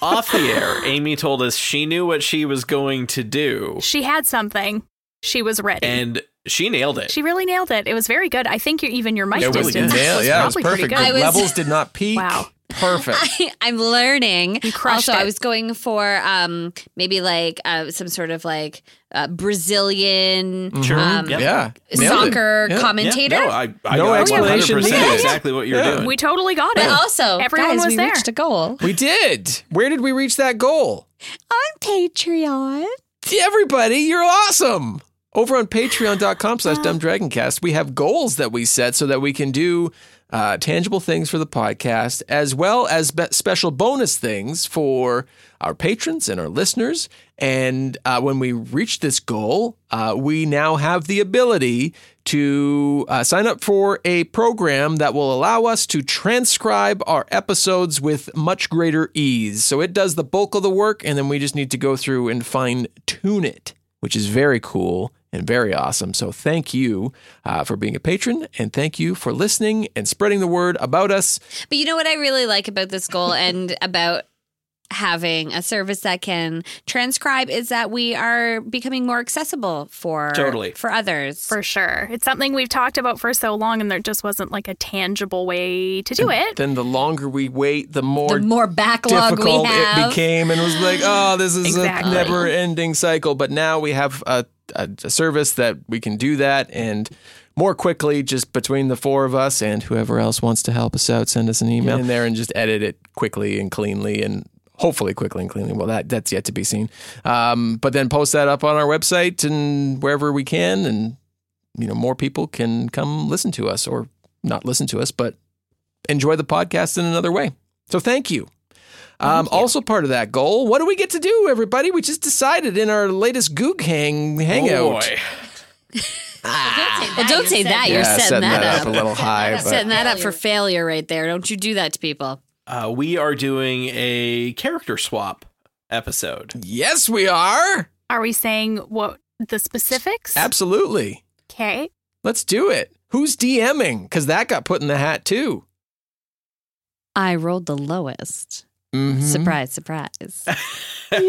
S5: Off the air, Amy told us she knew what she was going to do
S6: She had something. She was ready.
S5: and she nailed it.
S6: she really nailed it. It was very good. I think you, even your mic
S4: Yeah, really
S6: distance
S4: nail-
S6: was
S4: yeah, it was
S6: probably
S4: perfect.
S6: pretty
S3: I
S6: good.
S4: The
S3: was-
S4: levels did not peak.
S6: Wow.
S4: Perfect.
S3: I, I'm learning.
S6: You crushed
S3: also, I
S6: it.
S3: was going for um maybe like uh, some sort of like uh, Brazilian
S5: Sure.
S3: um,
S5: Yep.
S4: Yeah. nailed it.
S3: soccer
S4: Mm. Yeah.
S5: Yeah,
S3: commentator.
S5: no, I, I
S4: No
S5: got
S4: explanation
S5: 100%
S4: needed.
S5: Exactly what you're
S4: Yeah.
S5: doing.
S6: We totally got
S3: But
S6: it.
S3: also,
S6: Everyone
S3: guys,
S6: was
S3: we
S6: there.
S3: reached a goal
S4: We did. Where did we reach that goal?
S3: on Patreon.
S4: Everybody, you're awesome. Over on patreon.com slash dumbdragoncast, we have goals that we set so that we can do uh, tangible things for the podcast, as well as be- special bonus things for our patrons and our listeners. And uh, when we reach this goal, uh, we now have the ability to uh, sign up for a program that will allow us to transcribe our episodes with much greater ease. So it does the bulk of the work, and then we just need to go through and fine tune it, which is very cool and very awesome. So thank you uh, for being a patron, and thank you for listening and spreading the word about us.
S3: But you know what I really like about this goal and about having a service that can transcribe is that we are becoming more accessible for
S5: Totally.
S3: for others.
S6: For sure. It's something we've talked about for so long, and there just wasn't like a tangible way to do it.
S4: Then the longer we wait, the more.
S3: the more backlog
S4: difficult
S3: we have.
S4: it became and it was like oh this is
S6: Exactly.
S4: a never ending cycle but now we have a, a, a service that we can do that and more quickly just between the four of us and whoever else wants to help us out send us an email in there and just edit it quickly and cleanly and hopefully quickly and cleanly well that that's yet to be seen um, but then post that up on our website and wherever we can and you know more people can come listen to us or not listen to us but enjoy the podcast in another way so thank you um, also part of that goal, what do we get to do, everybody? We just decided in our latest Goog Hang
S5: Oh,
S4: hangout.
S5: boy.
S6: Ah,
S3: Well, don't say that. You're
S4: yeah,
S3: setting, that, up.
S4: a little high. but-
S3: setting that up for failure right there. Don't you do that to people.
S5: Uh, we are doing a character swap episode.
S4: yes, we are.
S6: Are we saying what the specifics?
S4: Absolutely.
S6: Okay.
S4: Let's do it. Who's DMing? Because that got put in the hat too.
S3: I rolled the lowest.
S4: Mhm.
S3: Surprise, surprise.
S5: but like,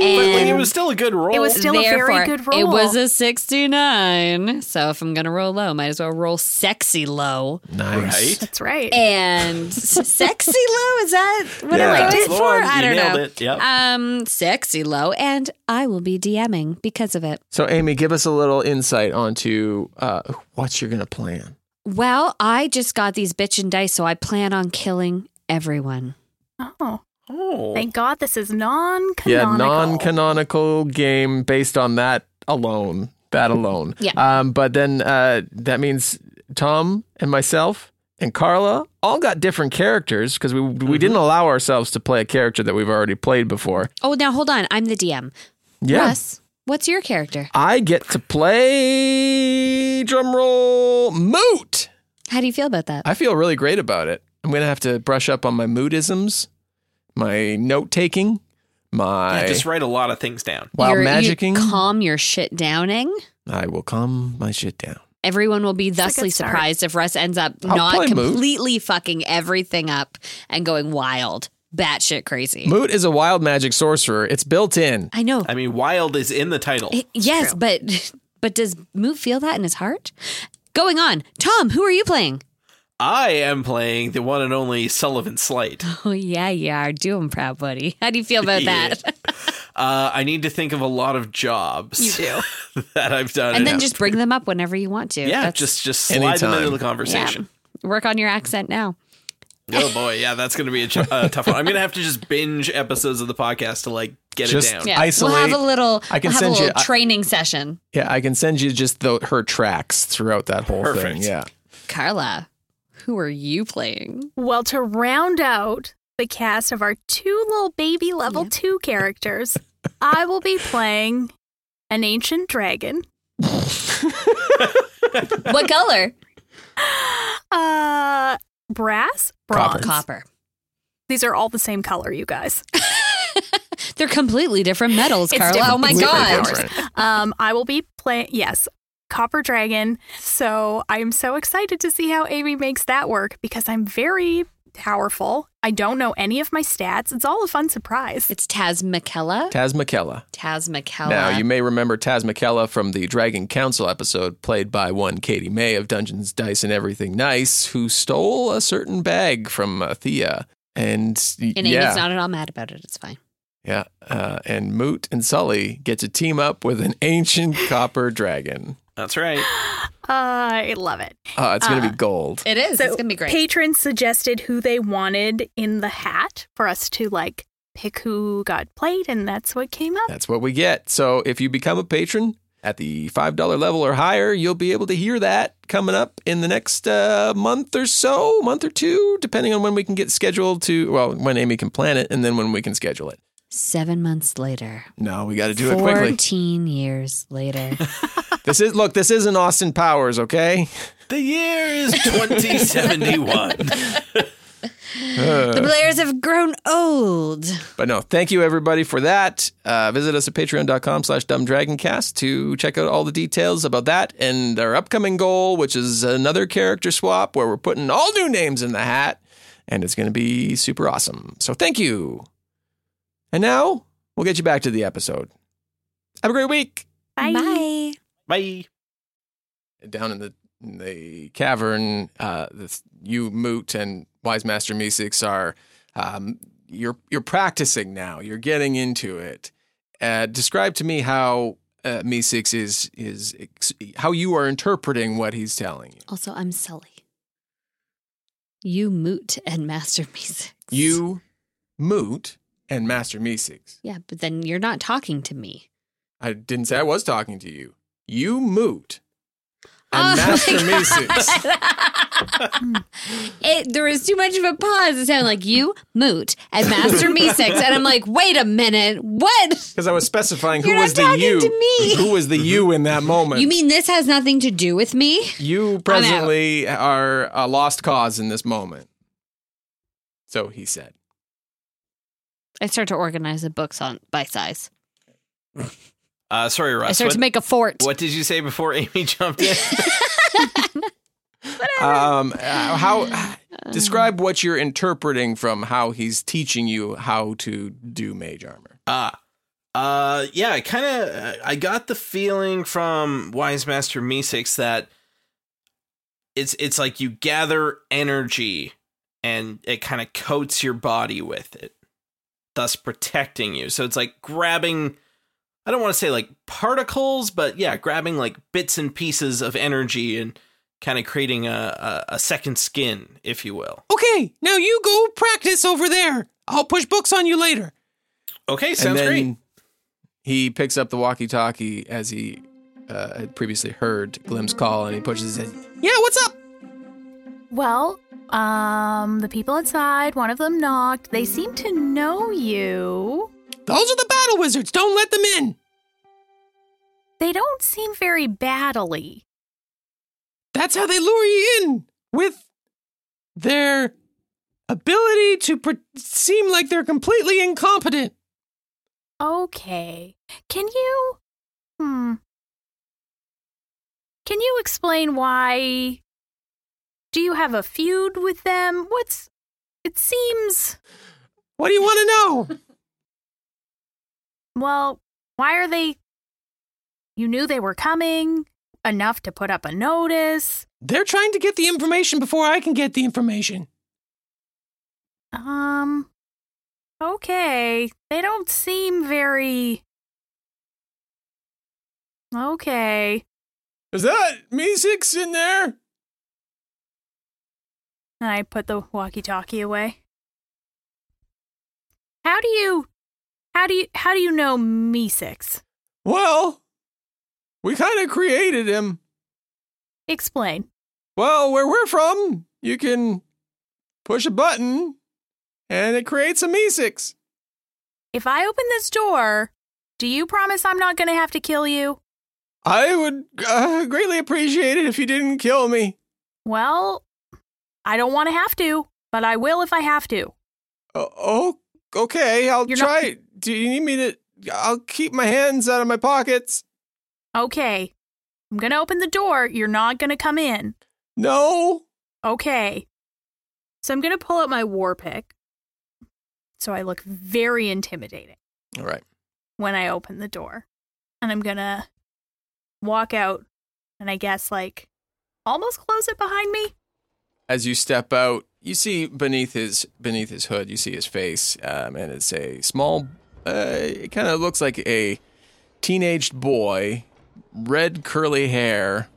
S5: it was still a good role.
S6: It was still a very good
S3: It
S6: roll.
S3: was a 69. So if I'm going to roll low, might as well roll sexy low.
S4: Nice.
S5: right.
S6: That's right.
S3: And sexy low, is that what
S4: Yeah,
S3: I liked
S5: that's
S3: it
S5: the
S3: for?
S5: one.
S3: I
S5: You
S3: don't
S5: nailed
S3: know.
S5: it. Yep.
S3: Um, sexy low, and I will be DMing because of it.
S4: So, Amy, give us a little insight onto uh, what you're going to plan.
S3: Well, I just got these bitchin' dice, so I plan on killing everyone.
S6: Oh,
S5: Oh,
S6: thank God this is non-canonical.
S4: Yeah, non canonical game based on that alone. That alone.
S3: Mm-hmm. Yeah.
S4: Um, but then uh, that means Tom and myself and Carla all got different characters because we
S3: Mm-hmm.
S4: we didn't allow ourselves to play a character that we've already played before.
S3: Oh, now hold on. I'm the DM.
S4: Yeah.
S3: Russ, what's your character?
S4: I get to play drumroll moot.
S3: How do you feel about that?
S4: I feel really great about it. I'm gonna have to brush up on my moodisms, my note taking,
S5: Yeah,
S4: my
S5: just write a lot of things down.
S4: wild
S3: You're- you
S4: magicking.
S3: calm your shit downing.
S4: I will calm my shit down.
S3: Everyone will be
S6: a
S3: thusly
S6: good start.
S3: surprised if Russ ends up
S4: I'll
S3: not
S4: play Moot.
S3: completely fucking everything up and going wild, batshit crazy.
S4: Moot is a wild magic sorcerer. It's built in.
S3: I know.
S5: I mean, wild is in the title.
S3: It- yes, but but does Moot feel that in his heart? Going on, Tom, who are you playing?
S5: I am playing the one and only Sullivan Slight.
S3: Oh yeah, you are. Do him proud, buddy. How do you feel about
S5: Yeah.
S3: that?
S5: Uh, I need to think of a lot of jobs.
S6: You do.
S5: that I've done.
S3: and then
S5: Yeah.
S3: just bring them up whenever you want to.
S5: yeah,
S3: That's-
S5: just just slide them
S4: Anytime.
S5: into the conversation.
S3: work on your accent now.
S5: Oh boy, yeah, that's gonna be a ch- uh, tough one. I'm gonna have to just binge episodes of the podcast to like get
S4: Just-
S5: it down.
S3: Yeah,
S4: Isolate-
S3: we'll have a little.
S4: I can
S3: we'll have
S4: send
S3: a
S4: you-
S3: little
S4: I-
S3: training session.
S4: Yeah, I can send you just the, her tracks throughout that whole
S5: Perfect.
S4: thing. Yeah.
S3: Carla, who are you playing?
S6: Well, to round out the cast of our two little baby level two characters, I will be playing an ancient dragon.
S3: What color?
S6: Uh, brass,
S4: Copper.
S6: bronze.
S3: Copper.
S6: These are all the same color, you guys.
S3: They're completely different metals,
S6: It's
S3: Carla.
S6: different-
S3: oh my
S6: it's different
S3: god.
S6: powers. Um, I will be playing. Yes, Copper Dragon. So I am so excited to see how Amy makes that work because I'm very powerful. I don't know any of my stats. It's all a fun surprise.
S3: It's Tasmakella.
S4: Taz McKella.
S3: Tasmakella.
S4: Now, you may remember Taz McKella from the Dragon Council episode, played by one Katie May of Dungeons, Dice, and Everything Nice, who stole a certain bag from uh, Thea. And, y-
S3: and
S4: yeah,
S3: Amy's not at all mad about it. It's fine.
S4: yeah. Uh, and Moot and Sully get to team up with an ancient copper dragon.
S5: That's right.
S6: I love it.
S4: Uh, it's going to be gold.
S3: It is.
S6: So
S3: it's gonna be great.
S6: Patrons suggested who they wanted in the hat for us to like pick who got played, and that's what came up.
S4: That's what we get. So if you become a patron at the $5 level or higher, you'll be able to hear that coming up in the next uh, month or so, month or two, depending on when we can get scheduled to, well, when Amy can plan it and then when we can schedule it.
S3: Seven months later.
S4: No, we got to do it quickly.
S3: Fourteen years later.
S4: This is, look, this isn't Austin Powers, okay?
S5: The year is 2071.
S4: Uh.
S3: the players have grown old.
S4: But no, thank you everybody for that. Uh, visit us at patreon.com slash dumbdragoncast to check out all the details about that and our upcoming goal, which is another character swap where we're putting all new names in the hat. And it's going to be super awesome. So thank you. And now we'll get you back to the episode. Have a great week.
S3: Bye.
S5: Bye.
S4: Down in the, in the cavern, uh, this, you, Moot, and Wise Master Meeseeks are um, you're you're practicing now. You're getting into it. Uh, describe to me how uh, Me Six is is ex- how you are interpreting what he's telling you.
S3: Also, I'm Sully. You moot and master music.
S4: You, Moot, and Master Me Six.
S3: Yeah, but then you're not talking to me.
S4: I didn't say I was talking to you. You, Moot,
S3: Oh
S4: and
S3: my
S4: Master Me Six.
S3: It, there was too much of a pause. It sounded like you moot and master Meeseeks, and I'm like, wait a minute, what?
S4: Because I was specifying who
S3: You're not
S4: was the
S3: talking
S4: you.
S3: to me.
S4: Who was the you in that moment?
S3: You mean this has nothing to do with me?
S4: You presently are a lost cause in this moment. So he said.
S3: I start to organize the books on by size.
S5: Uh, sorry,
S3: I
S5: Russ.
S3: start
S5: What,
S3: to make a fort.
S5: what did you say before Amy jumped in?
S4: um, uh, how
S3: Um,
S4: describe what you're interpreting from how he's teaching you how to do mage armor.
S5: Ah. Uh, yeah, I kind of I got the feeling from Wise Master Meeseeks that it's it's like you gather energy and it kind of coats your body with it, thus protecting you. So it's like grabbing I don't want to say like particles, but yeah, grabbing like bits and pieces of energy and kind of creating a, a a second skin, if you will.
S4: Okay, now you go practice over there. I'll push books on you later.
S5: Okay, sounds
S4: and then
S5: great.
S4: He picks up the walkie-talkie as he uh, had previously heard Glim's call, and he pushes it. Yeah, what's up?
S6: Well, um, the people outside, one of them knocked. They seem to know you.
S4: Those are the battle wizards. Don't let them in.
S6: They don't seem very battly.
S4: That's how they lure you in with their ability to pre- seem like they're completely incompetent.
S6: Okay. Can you hmm Can you explain why do you have a feud with them? What's it seems
S4: What do you want to know?
S6: well, why are they You knew they were coming enough to put up a notice.
S4: They're trying to get the information before I can get the information.
S6: Um okay. They don't seem very Okay.
S4: Is that me six in there?
S6: And I put the walkie-talkie away. How do you how do you how do you know me six?
S4: Well, we kind of created him.
S6: Explain.
S4: Well, where we're from, you can push a button and it creates a me six.
S6: If I open this door, Do you promise I'm not going to have to kill you?
S4: I would uh, greatly appreciate it if you didn't kill me.
S6: Well, I don't want to have to, but I will if I have to.
S4: O- Oh, okay. I'll
S6: You're not-
S4: try. Do you need me to? I'll keep my hands out of my pockets.
S6: Okay. I'm going to open the door. You're not going to come in.
S4: No.
S6: Okay. So I'm going to pull out my war pick. So I look very intimidating
S4: All right.
S6: when I open the door. And I'm going to walk out and I guess like almost close it behind me.
S4: As you step out, you see beneath his beneath his hood, you see his face, um, and it's a small. Uh, it kind of looks like a teenaged boy, red curly hair.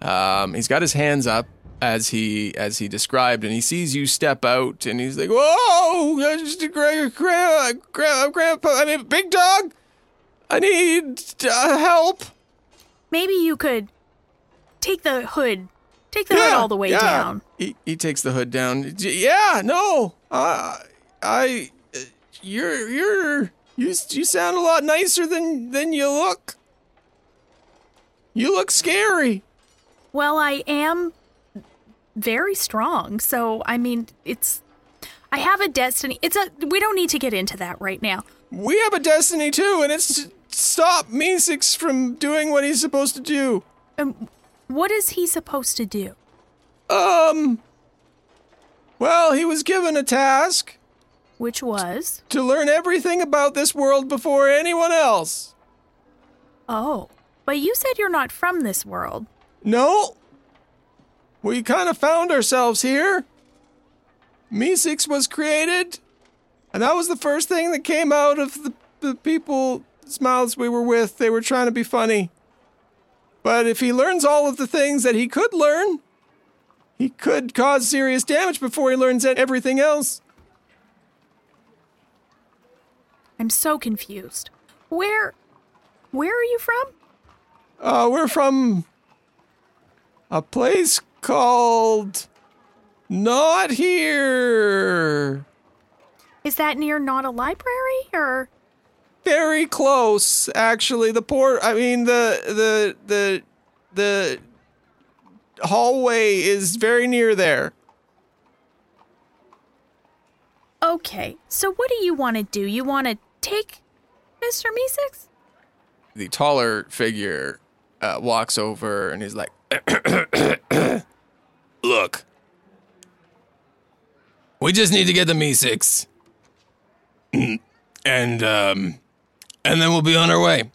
S4: Um, he's got his hands up as he as he described, and he sees you step out, and he's like, "Whoa, that's just a gra- gra- gra- grandpa! I mean, big dog, I need uh, help."
S6: Maybe you could take the hood. Take the hood all the way
S4: yeah.
S6: down.
S4: He, he takes the hood down. Yeah, no, uh, I, uh, you're, you're, you, you sound a lot nicer than than you look. You look scary.
S6: Well, I am very strong. So, I mean, it's. I have a destiny. It's a. We don't need to get into that right now.
S4: We have a destiny too, and it's to stop Meeseeks from doing what he's supposed to do.
S6: Um, what is he supposed to do?
S4: Um. Well, he was given a task
S6: Which was.
S4: to learn everything about this world before anyone else.
S6: Oh. But you said you're not from this world.
S4: No. We kind of found ourselves here. Meeseeks was created, and that was the first thing that came out of the, the people's mouths we were with. They were trying to be funny. But if he learns all of the things that he could learn, he could cause serious damage before he learns e-, everything else.
S6: I'm so confused. Where. Where are you from?
S4: Uh, we're from a place called Not Here.
S6: Is that near not a library or.
S4: very close actually the port i mean the the the the hallway is very near there
S6: Okay. So, what do you want to do? You want to take Mr. Meeseeks?
S4: the taller figure uh, walks over and he's like look we just need to get the me6 and um and then we'll be on our way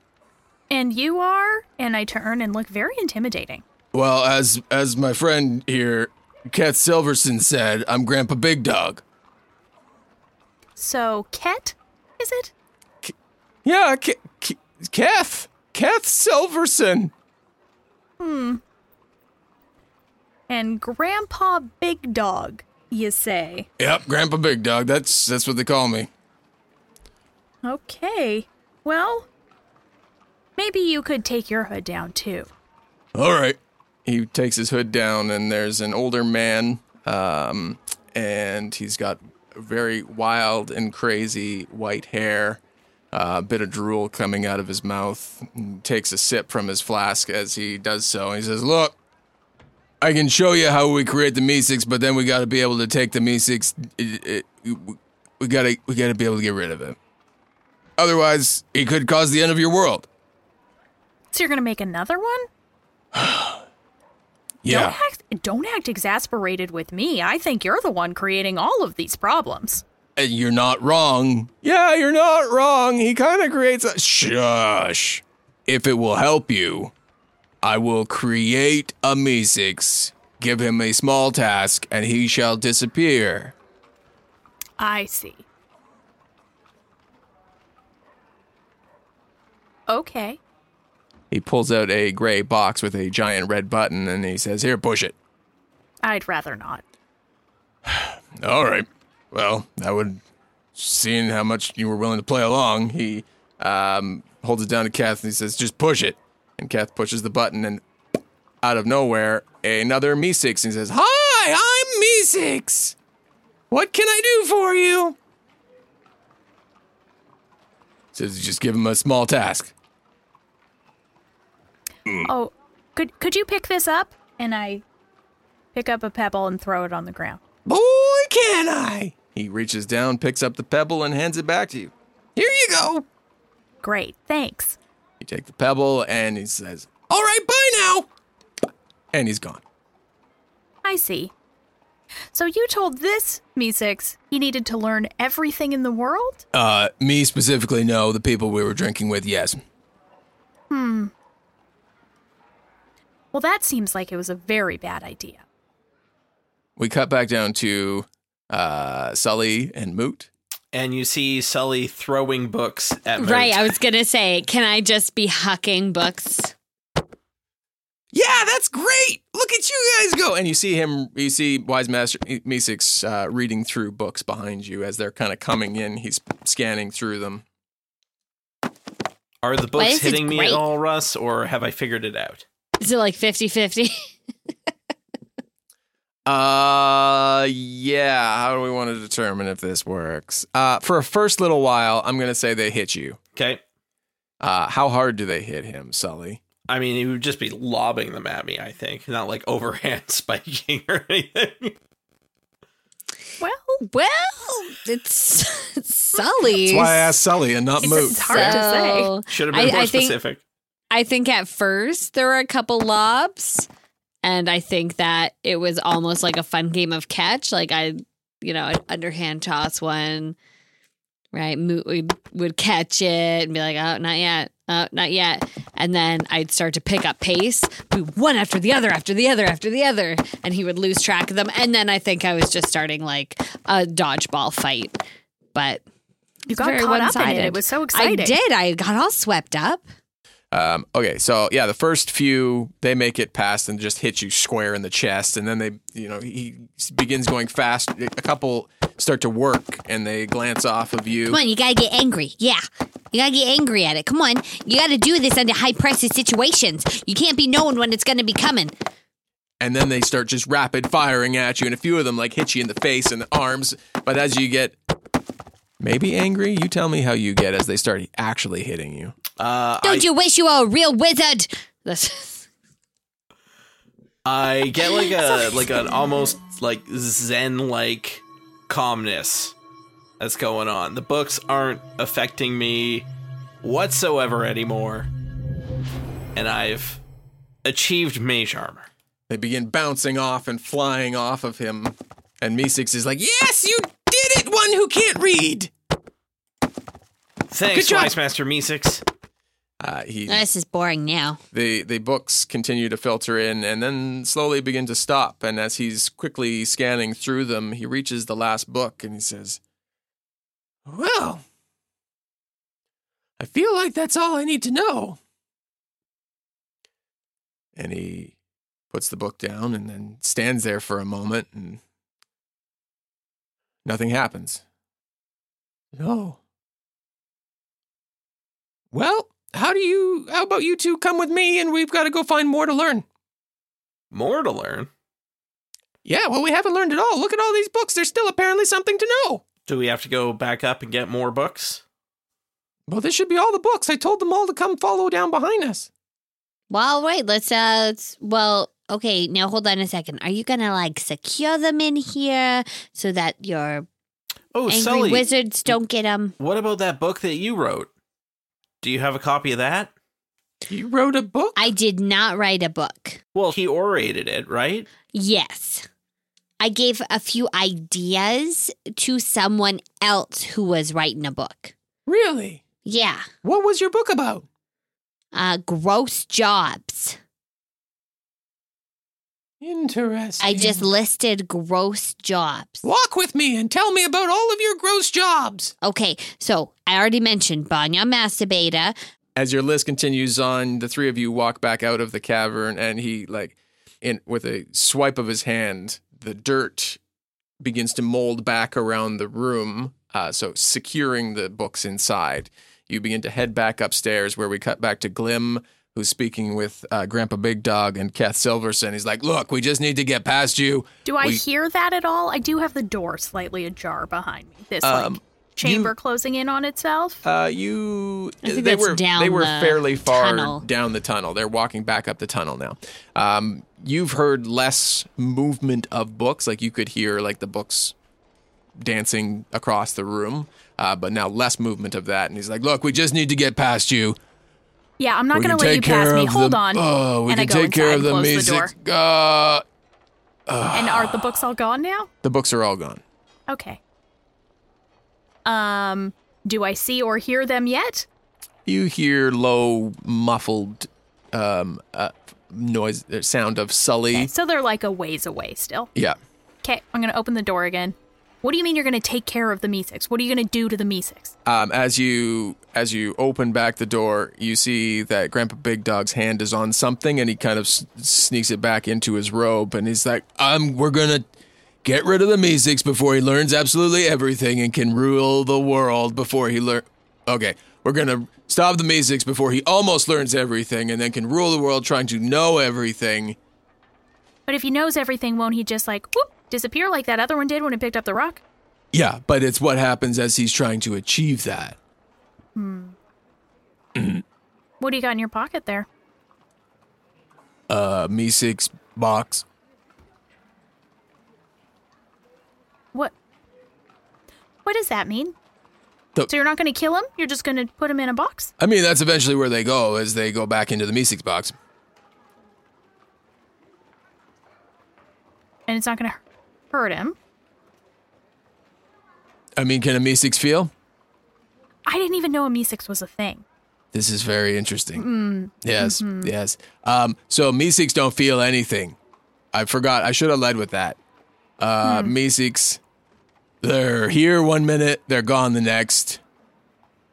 S6: And you are? And I turn and look very intimidating.
S4: well as as my friend here kat silverson said i'm grandpa big dog
S6: So, Ket, is it?
S4: Yeah, Ke- Ke- Keth. Keth Silverson.
S6: And Grandpa Big Dog, you say.
S4: Yep, Grandpa Big Dog. That's that's what they call me.
S6: Okay. Well, maybe you could take your hood down too.
S4: All right. He takes his hood down, and there's an older man, um, and he's got very wild and crazy white hair, uh, a bit of drool coming out of his mouth. He takes a sip from his flask as he does so. He says, "Look, I can show you how we create the Meeseeks, but then we got to be able to take the Meeseeks. It, it, we got to we got to be able to get rid of it. Otherwise, it could cause the end of your world."
S6: So you're gonna make another one? Don't act, don't act exasperated with me. I think you're the one creating all of these problems.
S4: And you're not wrong. Yeah, you're not wrong. He kind of creates a. Shush. If it will help you, I will create a Meeseeks, give him a small task, and he shall disappear.
S6: I see. Okay.
S4: He pulls out a gray box with a giant red button and he says, Here, push it.
S6: I'd rather not.
S4: All right. Well, I would. Seeing how much you were willing to play along, he um, holds it down to Kath and he says, "Just push it." And Kath pushes the button, and out of nowhere, another Meesix. And he says, "Hi, I'm Meesix. What can I do for you?" Says just give him a small task.
S6: Oh, could could you pick this up? And I pick up a pebble and throw it on the ground.
S4: Boy, can I! He reaches down, picks up the pebble, and hands it back to you. Here you go.
S6: Great, thanks.
S4: You take the pebble, and he says, "All right, bye now." And he's gone.
S6: I see. So you told this Meesix he needed to learn everything in the world?
S4: Uh, me specifically, no. The people we were drinking with, yes.
S6: Well, that seems like it was a very bad idea.
S4: We cut back down to uh, Sully and Moot.
S5: and you see Sully throwing books at Moot.
S3: Right, I was gonna say, can I just be hucking books?
S4: Yeah, that's great. Look at you guys go. And you see him, you see Wise Master Meeseeks uh, reading through books behind you as they're kind of coming in. He's scanning through them.
S5: Are the
S3: Why
S5: books
S3: is it
S5: hitting me
S3: great?
S5: at all, Russ, or have I figured it out?
S3: Is it like 50 50?
S4: Uh, yeah. How do we want to determine if this works? Uh, for a first little while, I'm going to say they hit you.
S5: Okay.
S4: Uh, how hard do they hit him, Sully?
S5: I mean, he would just be lobbing them at me, I think, not like overhand spiking or anything.
S6: Well,
S3: well, it's it's Sully's.
S4: That's why I asked Sully and not
S6: It's
S4: Moot.
S6: It's hard to say.
S3: So,
S5: Should have been
S3: I-
S5: more
S3: I think-
S5: specific.
S3: I think at first there were a couple lobs, and I think that it was almost like a fun game of catch. Like I, you know, an underhand toss one, right? Moot would, would catch it and be like, "Oh, not yet, oh, not yet," and then I'd start to pick up pace, be one after the other, after the other, after the other, and he would lose track of them. And then I think I was just starting like a dodgeball fight, but
S6: you
S3: it's
S6: got
S3: very
S6: caught up in it.
S3: one-sided.
S6: It was so exciting.
S3: I did. I got all swept up.
S4: Um, okay, so yeah, the first few they make it past and just hit you square in the chest, and then they, you know, he begins going fast. A couple start to work, and they glance off of you.
S3: Come on, you gotta get angry. Yeah. You gotta get angry at it. Come on. You gotta do this under high pressure situations. You can't be knowing when it's gonna be coming.
S4: and then they start just rapid firing at you and a few of them like hit you in the face and the arms but as you get maybe angry you tell me how you get as they start actually hitting you
S5: Uh,
S3: Don't
S5: I,
S3: you wish you were a real wizard? That's-
S5: I get like a like an almost like zen like calmness that's going on. The books aren't affecting me whatsoever anymore, and I've achieved mage armor.
S4: they begin bouncing off and flying off of him and meeseeks is like yes you did it one who can't read Good
S5: Thanks,
S4: job.
S5: Wise Master Meesix.
S4: uh, he
S3: this is boring now.
S4: the the books continue to filter in and then slowly begin to stop and as he's quickly scanning through them he reaches the last book and he says well i feel like that's all i need to know and he puts the book down and then stands there for a moment and nothing happens no well, how do you how about you two come with me and we've got to go find more to learn?
S5: More to learn.
S4: Yeah, well we haven't learned at all. Look at all these books. There's still apparently something to know.
S5: Do we have to go back up and get more books?
S4: Well, this should be all the books. I told them all to come follow down behind us.
S3: Well, all right, let's, uh, let's- well, okay, now hold on a second. Are you gonna, like, secure them in here so that your
S5: Oh,
S3: angry
S5: Sully.
S3: wizards don't get them?
S5: What about that book that you wrote? Do you have a copy of that?
S4: You wrote a book?
S3: I did not write a book.
S5: Well, he orated it, right?
S3: Yes. I gave a few ideas to someone else who was writing a book.
S4: really?
S3: Yeah.
S4: What was your book about?
S3: Uh, gross jobs.
S4: Interesting.
S3: I just listed gross jobs.
S4: Walk with me and tell me about all of your gross jobs.
S3: Okay, so I already mentioned Banya Masturbator.
S4: as your list continues on, the three of you walk back out of the cavern, and he like, in with a swipe of his hand, the dirt begins to mold back around the room. Uh, so securing the books inside, you begin to head back upstairs, where we cut back to Glim, who's speaking with uh, Grandpa Big Dog and Kath Silverson. He's like, "Look, we just need to get past you."
S6: Do I
S4: We-
S6: hear that at all? I do have the door slightly ajar behind me. This
S4: Um,
S6: like chamber closing in on itself.
S4: Uh, you.
S3: I think
S4: they
S3: that's
S4: were
S3: down
S4: they were
S3: the
S4: fairly far
S3: tunnel.
S4: down the tunnel. They're walking back up the tunnel now. Um, you've heard less movement of books. Like you could hear like the books dancing across the room, uh, but now less movement of that. And he's like, "Look, we just need to get past you.
S6: yeah, I'm not
S4: we
S6: going
S4: can
S6: to let you
S4: take
S6: pass
S4: care
S6: me.
S4: of
S6: Hold
S4: the,
S6: on.
S4: Oh, we
S6: and I
S4: can
S6: go
S4: take care
S6: inside
S4: of the
S6: and close The door.
S4: music. uh,
S6: and are the books all gone now?
S4: the books are all gone.
S6: Okay. Um, do I see or hear them yet?
S4: You hear low, muffled um, uh, noise, uh, sound of Sully.
S6: So they're like a ways away still.
S4: Yeah.
S6: Okay, I'm going to open the door again. What do you mean you're going to take care of the Meesix? What are you going to do to the Meesix?
S4: Um, as you as you open back the door, you see that Grandpa Big Dog's hand is on something, and he kind of s- sneaks it back into his robe, and he's like, "Um, we're gonna get rid of the Meeseeks before he learns absolutely everything and can rule the world before he learn." Okay, we're gonna stop the Meeseeks before he almost learns everything and then can rule the world, trying to know everything.
S6: But if he knows everything, won't he just like whoop disappear like that other one did when he picked up the rock?
S4: Yeah, but it's what happens as he's trying to achieve that.
S6: What do you got in your pocket there?
S4: Uh, Meeseeks box.
S6: What? What does that mean?
S4: The-
S6: so you're not going to kill him? You're just going to put him in a box?
S4: I mean, that's eventually where they go as they go back into the Meeseeks box.
S6: And it's not going to hurt him?
S4: I mean, can a Meeseeks feel?
S6: I didn't even know a Meesix was a thing.
S4: This is very interesting.
S6: Mm.
S4: yes,
S6: Mm-hmm.
S4: yes. Um, so Meeseeks don't feel anything. I forgot. I should have led with that. Uh,
S6: Hmm.
S4: Meeseeks, they're here one minute, they're gone the next,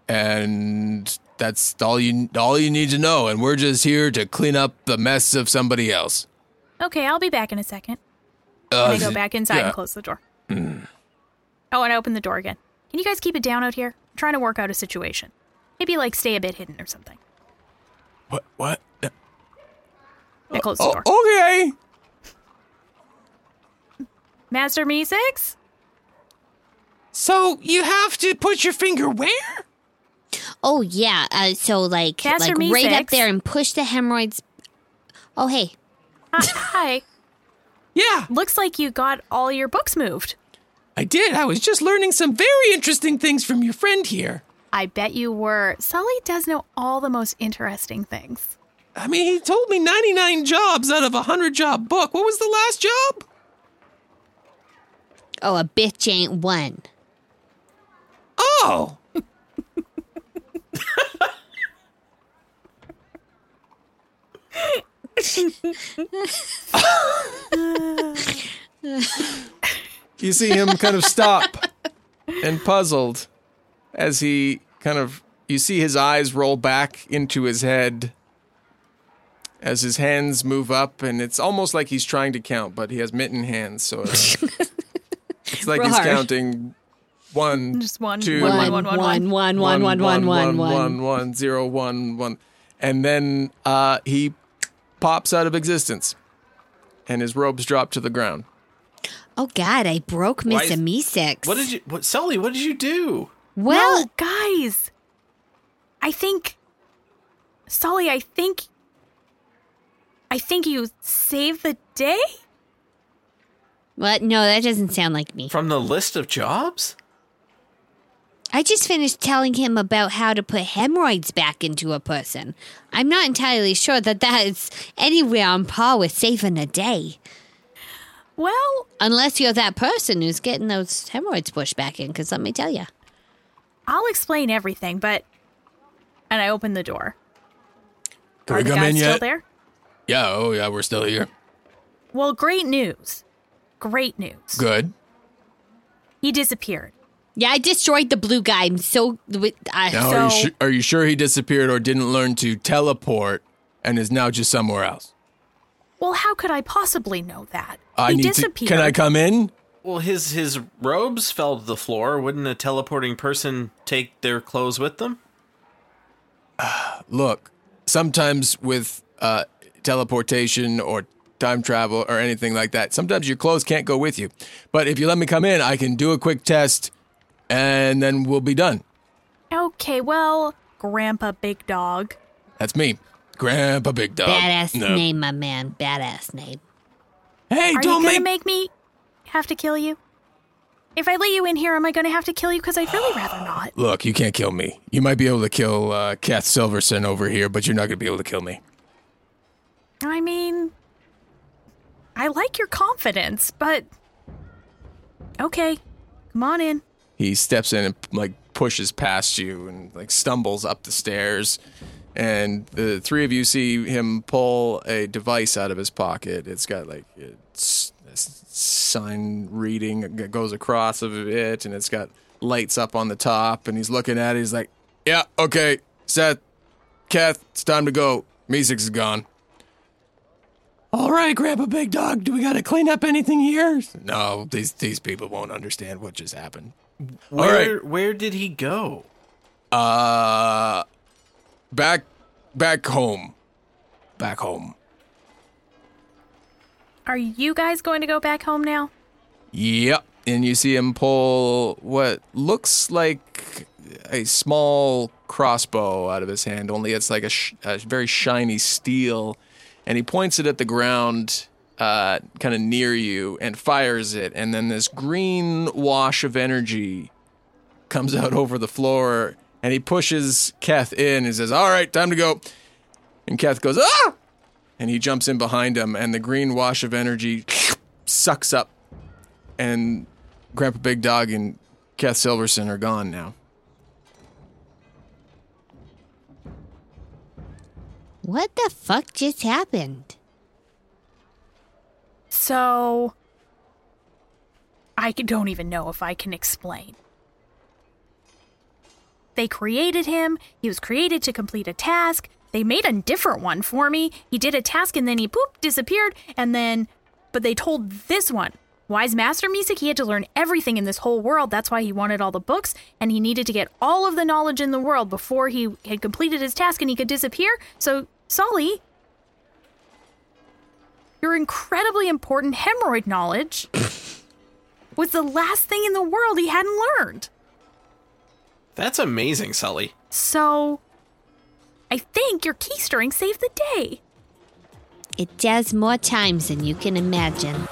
S4: and that's all you all you need to know. And we're just here to clean up the mess of somebody else.
S6: Okay, I'll be back in a second.
S4: Uh,
S6: I go back inside
S4: yeah. Mm.
S6: and close the door. Oh, and I open the door again. Can you guys keep it down out here? I'm trying to work out a situation. Maybe like stay a bit hidden or something.
S4: What? What?
S6: I close the
S4: Oh,
S6: door.
S4: okay.
S6: Master Meesix?
S4: So you have to put your finger where?
S3: Oh yeah. Uh, so like
S6: Caster
S3: like right up
S6: Meesix.
S3: there and push the hemorrhoids. Oh hey.
S6: Uh, Hi.
S4: Yeah,
S6: Looks like you got all your books moved.
S4: I did. I was just learning some very interesting things from your friend here.
S6: I bet you were. Sully does know all the most interesting things.
S4: I mean, he told me 99 jobs out of a 100 job book. What was the last job?
S3: Oh a bitch ain't one.
S4: Oh. you see him kind of stop and puzzled as he kind of you see his eyes roll back into his head as his hands move up and it's almost like he's trying to count but he has mitten hands so it's, it's like he's
S3: Roar.
S4: counting one
S6: Just one,
S4: two
S6: one, one,
S3: One one one one one one one one.
S4: one one zero one one, and then uh, he pops out of existence, and his robes drop to the ground.
S3: Oh God, I broke
S5: Why-
S3: Miss Meesix.
S5: What did you, what, Sully? What did you do?
S3: Well,
S6: no, guys, I think Sully, I think, I think you saved the day.
S3: what? No, that doesn't sound like me.
S5: From the list of jobs?
S3: I just finished telling him about how to put hemorrhoids back into a person. I'm not entirely sure that that is anywhere on par with saving a day,
S6: Well,
S3: unless you're that person who's getting those hemorrhoids pushed back in. Because let me tell you,
S6: I'll explain everything, but and I open the door.
S4: Can
S6: Are
S4: we
S6: the
S4: come
S6: guys
S4: in
S6: still
S4: yet?
S6: there?
S4: Yeah. Oh, yeah. We're still here.
S6: Well, great news. Great news.
S4: Good.
S6: He disappeared.
S3: yeah, I destroyed the blue guy. I'm so I,
S4: Now,
S3: so
S4: are you
S6: So-
S4: sure, are you sure he disappeared or didn't learn to teleport and is now just somewhere else?
S6: Well, how could I possibly know that?
S4: I
S6: he
S4: need
S6: disappeared.
S4: to. Can I come in?
S5: Well, his his robes fell to the floor. Wouldn't a teleporting person take their clothes with them?
S4: Look, sometimes with uh, teleportation or time travel or anything like that, sometimes your clothes can't go with you. But if you let me come in, I can do a quick test and then we'll be done.
S6: Okay, well, Grandpa Big Dog.
S4: That's me, Grandpa Big Dog.
S3: Badass
S4: No.
S3: name, my man. Badass name.
S4: Hey,
S6: Are
S4: don't
S6: you gonna
S4: make.
S6: make me have to kill you? If I let you in here, am I gonna have to kill you? Because I'd really rather not.
S4: Look, you can't kill me. You might be able to kill uh, Kath Silverson over here, but you're not gonna be able to kill me.
S6: I mean, I like your confidence, but okay, come on in.
S4: he steps in and like pushes past you and like stumbles up the stairs and the three of you see him pull a device out of his pocket it's got like a s- a s- sign reading that goes across of it and it's got lights up on the top and he's looking at it he's like yeah okay seth kath it's time to go Meeseeks is gone all right, Grandpa Big Dog, do we got to clean up anything here? No, these these people won't understand what just happened.
S5: Where where did he go?
S4: Uh, back, back home, back home.
S6: Are you guys going to go back home now?
S4: Yep. And you see him pull what looks like a small crossbow out of his hand. Only it's like a, sh- a very shiny steel, and he points it at the ground, uh, kind of near you, and fires it. And then this green wash of energy comes out over the floor, and he pushes Keth in. and says, "All right, time to go." And Keth goes, "Ah!" And he jumps in behind him, and the green wash of energy sucks up and Grandpa Big Dog and Kath Silverson are gone now.
S3: What the fuck just happened?
S6: So, I c- don't even know if I can explain. They created him. He was created to complete a task. They made a different one for me. He did a task and then he poop disappeared. And then, but they told this one, Wise Master Music, he had to learn everything in this whole world. That's why he wanted all the books and he needed to get all of the knowledge in the world before he had completed his task and he could disappear. So, Sully, your incredibly important hemorrhoid knowledge was the last thing in the world he hadn't learned.
S5: That's amazing, Sully.
S6: So, I think your keystering saved the day.
S3: It does more times than you can imagine.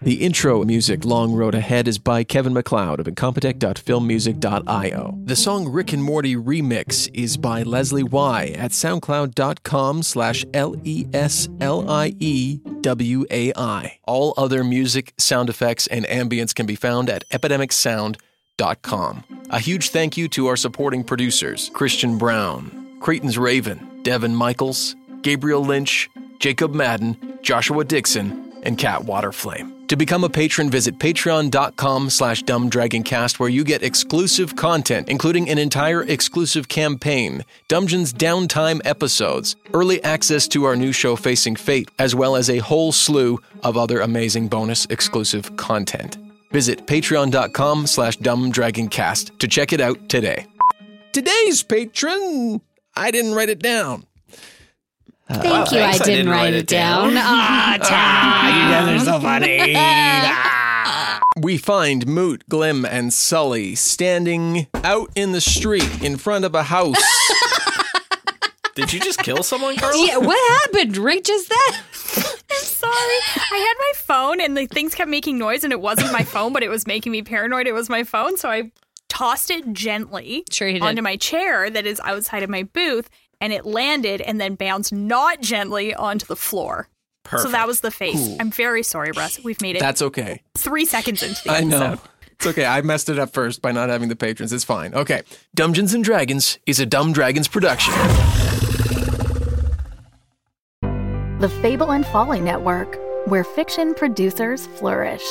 S4: The intro music Long Road Ahead is by Kevin McLeod of incompetech.filmmusic.io. The song Rick and Morty Remix is by Leslie Y at soundcloud.com slash E L-E-S-L-I-E-W-A-I. All other music, sound effects, and ambience can be found at epidemicsound.com. A huge thank you to our supporting producers, Christian Brown, Creighton's Raven, Devin Michaels, Gabriel Lynch, Jacob Madden, Joshua Dixon, and Cat Waterflame. To become a patron, visit patreon.com slash dumbdragoncast where you get exclusive content, including an entire exclusive campaign, Dungeon's downtime episodes, early access to our new show Facing Fate, as well as a whole slew of other amazing bonus exclusive content. Visit patreon.com slash dumbdragoncast to check it out today. Today's patron, I didn't write it down.
S3: Thank you. Uh, oh, I
S5: thanks,
S3: didn't, write it down. Ah,
S4: We find Moot, Glim, and Sully standing out in the street in front of a house.
S5: Did you just kill someone, Carl?
S3: yeah, what happened? Rick just that?
S6: I'm sorry. I had my phone and the things kept making noise, and it wasn't my phone, but it was making me paranoid. It was my phone, so I tossed it gently
S3: Sure you did.
S6: onto my chair that is outside of my booth, and it landed and then bounced not gently onto the floor. So that was the face. I'm very sorry, Russ. We've made it
S4: That's okay.
S6: three seconds into the
S4: I
S6: episode.
S4: know. It's okay. I messed it up first by not having the patrons. It's fine. Okay. Dungeons and Dragons is a Dumb Dragons production.
S1: The Fable and Folly Network, where fiction producers flourish.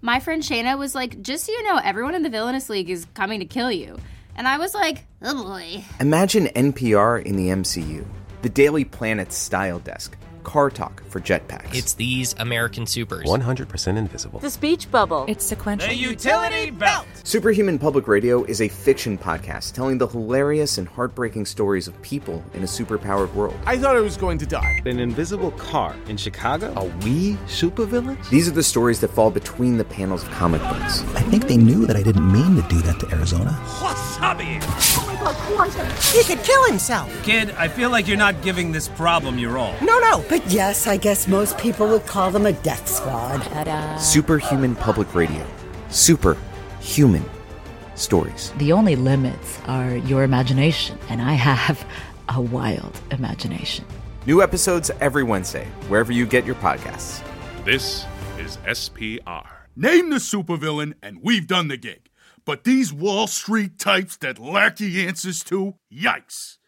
S7: my friend Shayna was like, just so you know, everyone in the Villainous League is coming to kill you. And I was like, oh boy.
S8: Imagine NPR in the MCU, the Daily Planet style desk, Kartok for jetpacks.
S9: It's these American supers.
S5: 100% invisible.
S7: The speech bubble.
S3: It's sequential.
S10: utility belt.
S8: Superhuman Public Radio is a fiction podcast telling the hilarious and heartbreaking stories of people in a superpowered world.
S4: I thought I was going to die.
S11: An invisible car in Chicago?
S5: Are we supervillains?
S8: These are the stories that fall between the panels of comic books.
S12: I think they knew that I didn't mean to do that to Arizona.
S10: Wasabi!
S13: Oh my god, Quantum! He could kill himself!
S11: Kid, I feel like you're not giving this problem your all.
S13: No, no!
S7: But yes, I guess most people would call them a death squad.
S3: Ta-da.
S8: Superhuman Public Radio. Super human stories.
S3: The only limits are your imagination, and I have a wild imagination.
S8: New episodes every Wednesday, wherever you get your podcasts.
S14: This is SPR.
S15: Name the supervillain, and we've done the gig. But these Wall Street types that lack the answers to, yikes.